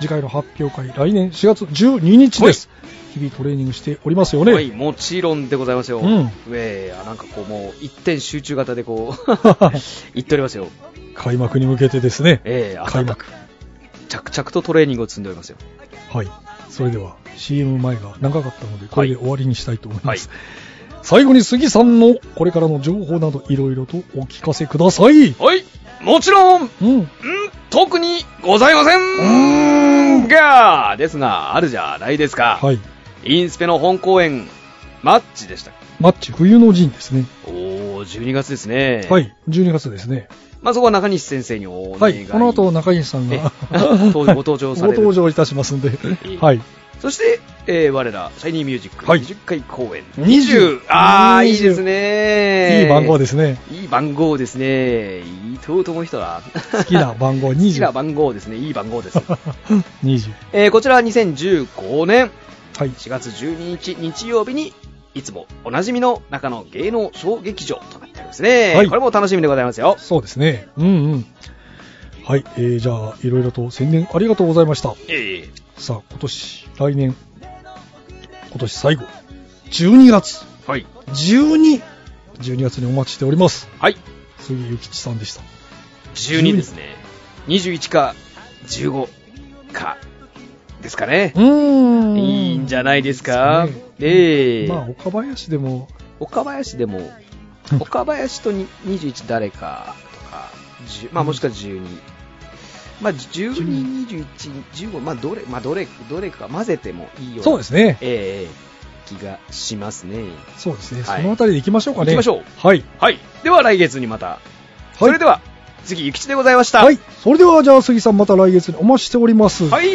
Speaker 3: 次回の発表会来年4月12日です、日々トレーニングしておりますよね。
Speaker 2: はい、もちろんでございますよ。
Speaker 3: うん
Speaker 2: えーあなんかこう、もう、一点集中型でこう、 言っておりますよ。
Speaker 3: 開幕に向けてですね。
Speaker 2: えー、あ
Speaker 3: 開幕。
Speaker 2: 着々とトレーニングを積んでおりますよ。
Speaker 3: はい。それでは CM 前が長かったので、これで終わりにしたいと思います。
Speaker 2: は
Speaker 3: 最後に杉さんのこれからの情報などいろいろとお聞かせください。
Speaker 2: はい、もちろん、
Speaker 3: うん。
Speaker 2: うん特にございませんが、ですが、あるじゃないですか。
Speaker 3: はい。
Speaker 2: インスペの本公演、マッチでした。
Speaker 3: マッチ冬の陣ですね。
Speaker 2: おー、12月ですね。
Speaker 3: は。い。12月ですね。
Speaker 2: まあ、そこは中西先生にお
Speaker 3: は
Speaker 2: 願い。
Speaker 3: い。この後、中西さん
Speaker 2: え
Speaker 3: が
Speaker 2: ご登場される
Speaker 3: ご登場いたしますんで。
Speaker 2: え
Speaker 3: はい。
Speaker 2: そして、えー我ら、シャイニーミュージック
Speaker 3: はい
Speaker 2: 20回公演。
Speaker 3: 20
Speaker 2: あー、
Speaker 3: 20
Speaker 2: いいですね。。
Speaker 3: いい番号ですすね。
Speaker 2: いい番号ですね。伊藤智人だ。
Speaker 3: 好 きな番号
Speaker 2: 好きな
Speaker 3: 20。
Speaker 2: 番号ですね。いい番号です。
Speaker 3: 20。
Speaker 2: えーこちらは2015年
Speaker 3: はい。
Speaker 2: 4月12日日曜日に、いつもおなじみの中野芸能小劇場となっておりますね。
Speaker 3: はい
Speaker 2: これも楽しみでございますよ。
Speaker 3: そうですね。うんうん。はい。えー、じゃあ、いろいろと宣伝ありがとうございました。
Speaker 2: え
Speaker 3: さあ、今年、来年、今年最後、12月、
Speaker 2: ーはい。
Speaker 3: 12、12月にお待ちしております。
Speaker 2: はい。
Speaker 3: 杉ゆきちさんでした。
Speaker 2: 12ですね。21か15かですかね。
Speaker 3: うん
Speaker 2: いいんじゃないですか。
Speaker 3: え
Speaker 2: ええ
Speaker 3: まあ、岡林でも、
Speaker 2: 岡林でも、岡林とに21誰かとか、10まあもしくは12。まあ、12、21、15、まあ、どれ、まあ、どれ、どれか混ぜてもいいような
Speaker 3: そうですね。
Speaker 2: ええ気がしますね。
Speaker 3: そうですね。
Speaker 2: はい
Speaker 3: そのあたりで行きましょうかね。
Speaker 2: 行きましょう
Speaker 3: はい。はい。
Speaker 2: はい。では来月にまた。それでは、次、ゆきちでございました。
Speaker 3: はい。それでは、じゃあ、杉さん、また来月にお待ちしております。
Speaker 2: はい。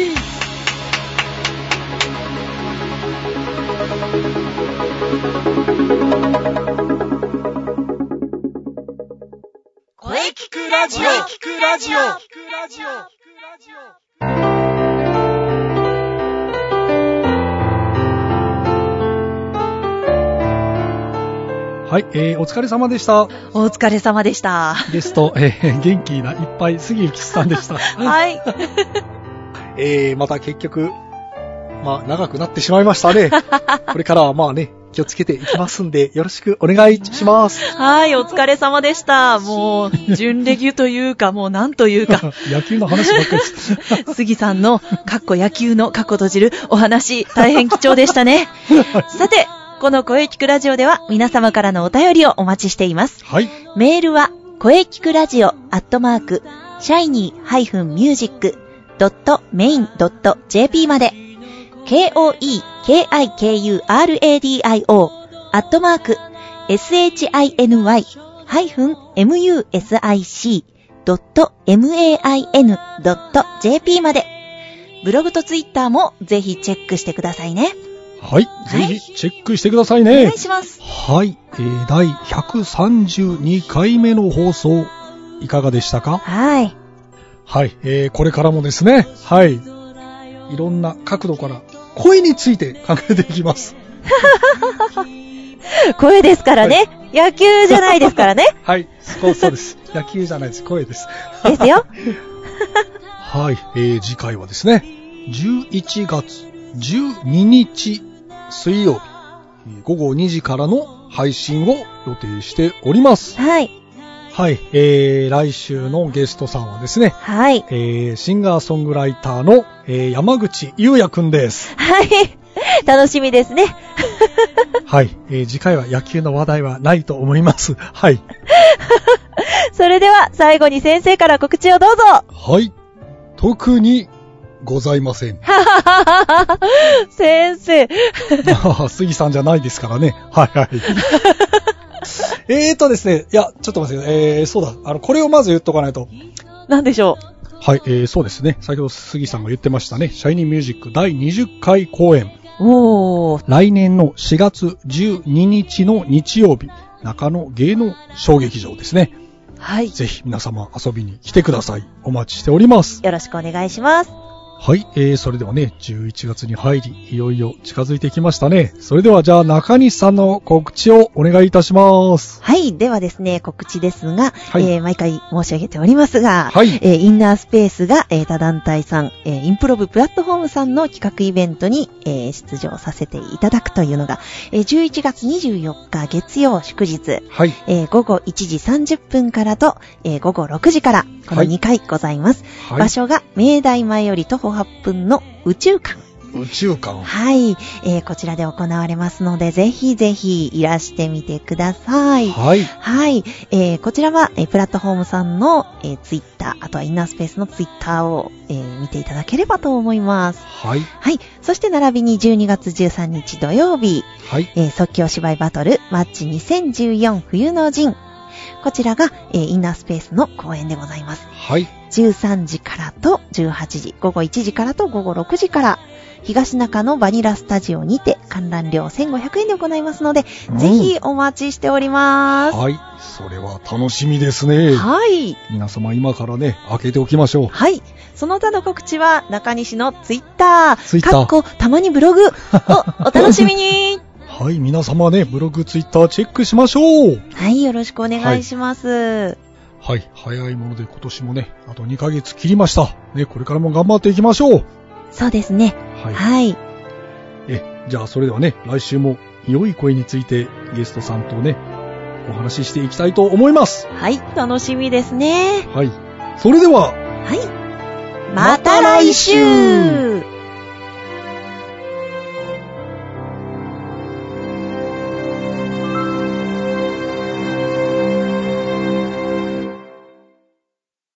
Speaker 4: 声聞くラジオ聞くラジオ
Speaker 3: はい。えー、お疲れ様でした。
Speaker 4: お疲れ様でした。
Speaker 3: ゲスト、えー、元気ないっぱい、杉ゆきちさんで した。
Speaker 4: はい。
Speaker 3: えー、また結局、まあ、長くなってしまいました ね。これからはまあね、気をつけていきますんで、よろしくお願いします。
Speaker 4: はい、お疲れ様でした。もう、準レギュというか、もうなんというか、
Speaker 3: 野球の話ばっかりです。
Speaker 4: 杉さんの、かっこ野球のかっこ閉じるお話、大変貴重でしたね。さて、この声聞くラジオでは、皆様からのお便りをお待ちしています。
Speaker 3: はい。
Speaker 4: メールは、声聞くラジオアットマーク、シャイニー -music.main.jp まで、k-o-e-k-i-k-u-r-a-d-i-o アットマーク、shiny-music.main.jp まで、ブログとツイッターもぜひチェックしてくださいね。
Speaker 3: はい。ぜひ、チェックしてください
Speaker 4: お
Speaker 3: ね
Speaker 4: 願い。します。
Speaker 3: はい。えー、第132回目の放送、いかがでしたか
Speaker 4: はい。
Speaker 3: はい。えー、これからもですね、はい。いろんな角度から、恋について考えていきます。
Speaker 4: 声ですからね。野球じゃないです からね。
Speaker 3: はい。そうそうです。野球じゃないです。声です。
Speaker 4: ですよ。
Speaker 3: はい、えー次回はですね、11月12日水曜日、えー午後2時からの配信を予定しております。
Speaker 4: はい。
Speaker 3: はい、えー来週のゲストさんはですね、
Speaker 4: はい。
Speaker 3: えーシンガーソングライターの、えー山口優也くん です。
Speaker 4: はい。 楽しみですね。
Speaker 3: はい、えー次回は野球の話題はないと思います。はい。
Speaker 4: それでは最後に先生から告知をどうぞ
Speaker 3: はい、特にございません。
Speaker 4: 先生。
Speaker 3: まあ、杉さんじゃないですからね。はいはい。えーとですね、いや、ちょっと待ってください。えー、そうだ。あの、これをまず言っとかないと。
Speaker 4: なんでしょ
Speaker 3: はい、えー、そうですね。先ほど杉さんが言ってましたね。シャイニーミュージック第20回公演。
Speaker 4: うおー。
Speaker 3: 来年の4月12日の日曜日、中野芸能小劇場ですね。
Speaker 4: はい。
Speaker 3: ぜひ皆様遊びに来てください。お待ちしております。
Speaker 4: よろしくお願いします。
Speaker 3: はい、えー、それではね、11月に入り、いよいよ近づいてきましたね。それではじゃあ中西さんの告知をお願いいたします。
Speaker 4: はい。ではですね、告知ですが、
Speaker 3: い
Speaker 4: えー毎回申し上げておりますが、
Speaker 3: はい
Speaker 4: えーインナースペースが、えー他団体さん、えーインプロブプラットフォームさんの企画イベントに、えー出場させていただくというのが、えー11月24日月曜祝日、
Speaker 3: はい、
Speaker 4: えー午後1時30分からと、えー午後6時から、この
Speaker 3: はい
Speaker 4: 2回ございます。
Speaker 3: は
Speaker 4: 場
Speaker 3: い。
Speaker 4: 所が、明大前より徒歩8分の宇宙館。
Speaker 3: 宇宙館。
Speaker 4: はい、えーこちらで行われますので、ぜひぜひいらしてみてください。
Speaker 3: はい、
Speaker 4: はい。えーこちらは、えープラットフォームさんの、えツイッター Twitter あとはインナースペースのツイッターを、えー見ていただければと思います。
Speaker 3: はい、
Speaker 4: はい。そして、並びに12月13日土曜日、
Speaker 3: はい、
Speaker 4: えー即興芝居バトルマッチ2014冬の陣。こちらが、えーインナースペースの公演でございます。
Speaker 3: はい、
Speaker 4: 13時からと18時、午後1時からと午後6時から、東中のバニラスタジオにて観覧料1500円で行いますので、
Speaker 3: うん
Speaker 4: ぜひお待ちしております。
Speaker 3: はい。それは楽しみですね。
Speaker 4: はい。
Speaker 3: 皆様今からね、開けておきましょう。
Speaker 4: はい。その他の告知は、中西のツイッター、
Speaker 3: Twitter
Speaker 4: かっこ、たまにブロ グをお楽しみに
Speaker 3: はい、皆様ね、ブログ、ツイッターチェックしましょう。
Speaker 4: はい、よろしくお願いします。
Speaker 3: はい、早いもので今年もね、あと2ヶ月切りました。ね、これからも頑張っていきましょう。
Speaker 4: そうですね。
Speaker 3: はい。
Speaker 4: はい。
Speaker 3: え、じゃあそれではね、来週も良い声についてゲストさんとね、お話ししていきたいと思います。
Speaker 4: はい、楽しみですね。
Speaker 3: はい。それでは、
Speaker 4: はい。
Speaker 3: ま
Speaker 4: ま
Speaker 3: た
Speaker 4: た
Speaker 3: 来
Speaker 4: 来
Speaker 3: 週
Speaker 4: 週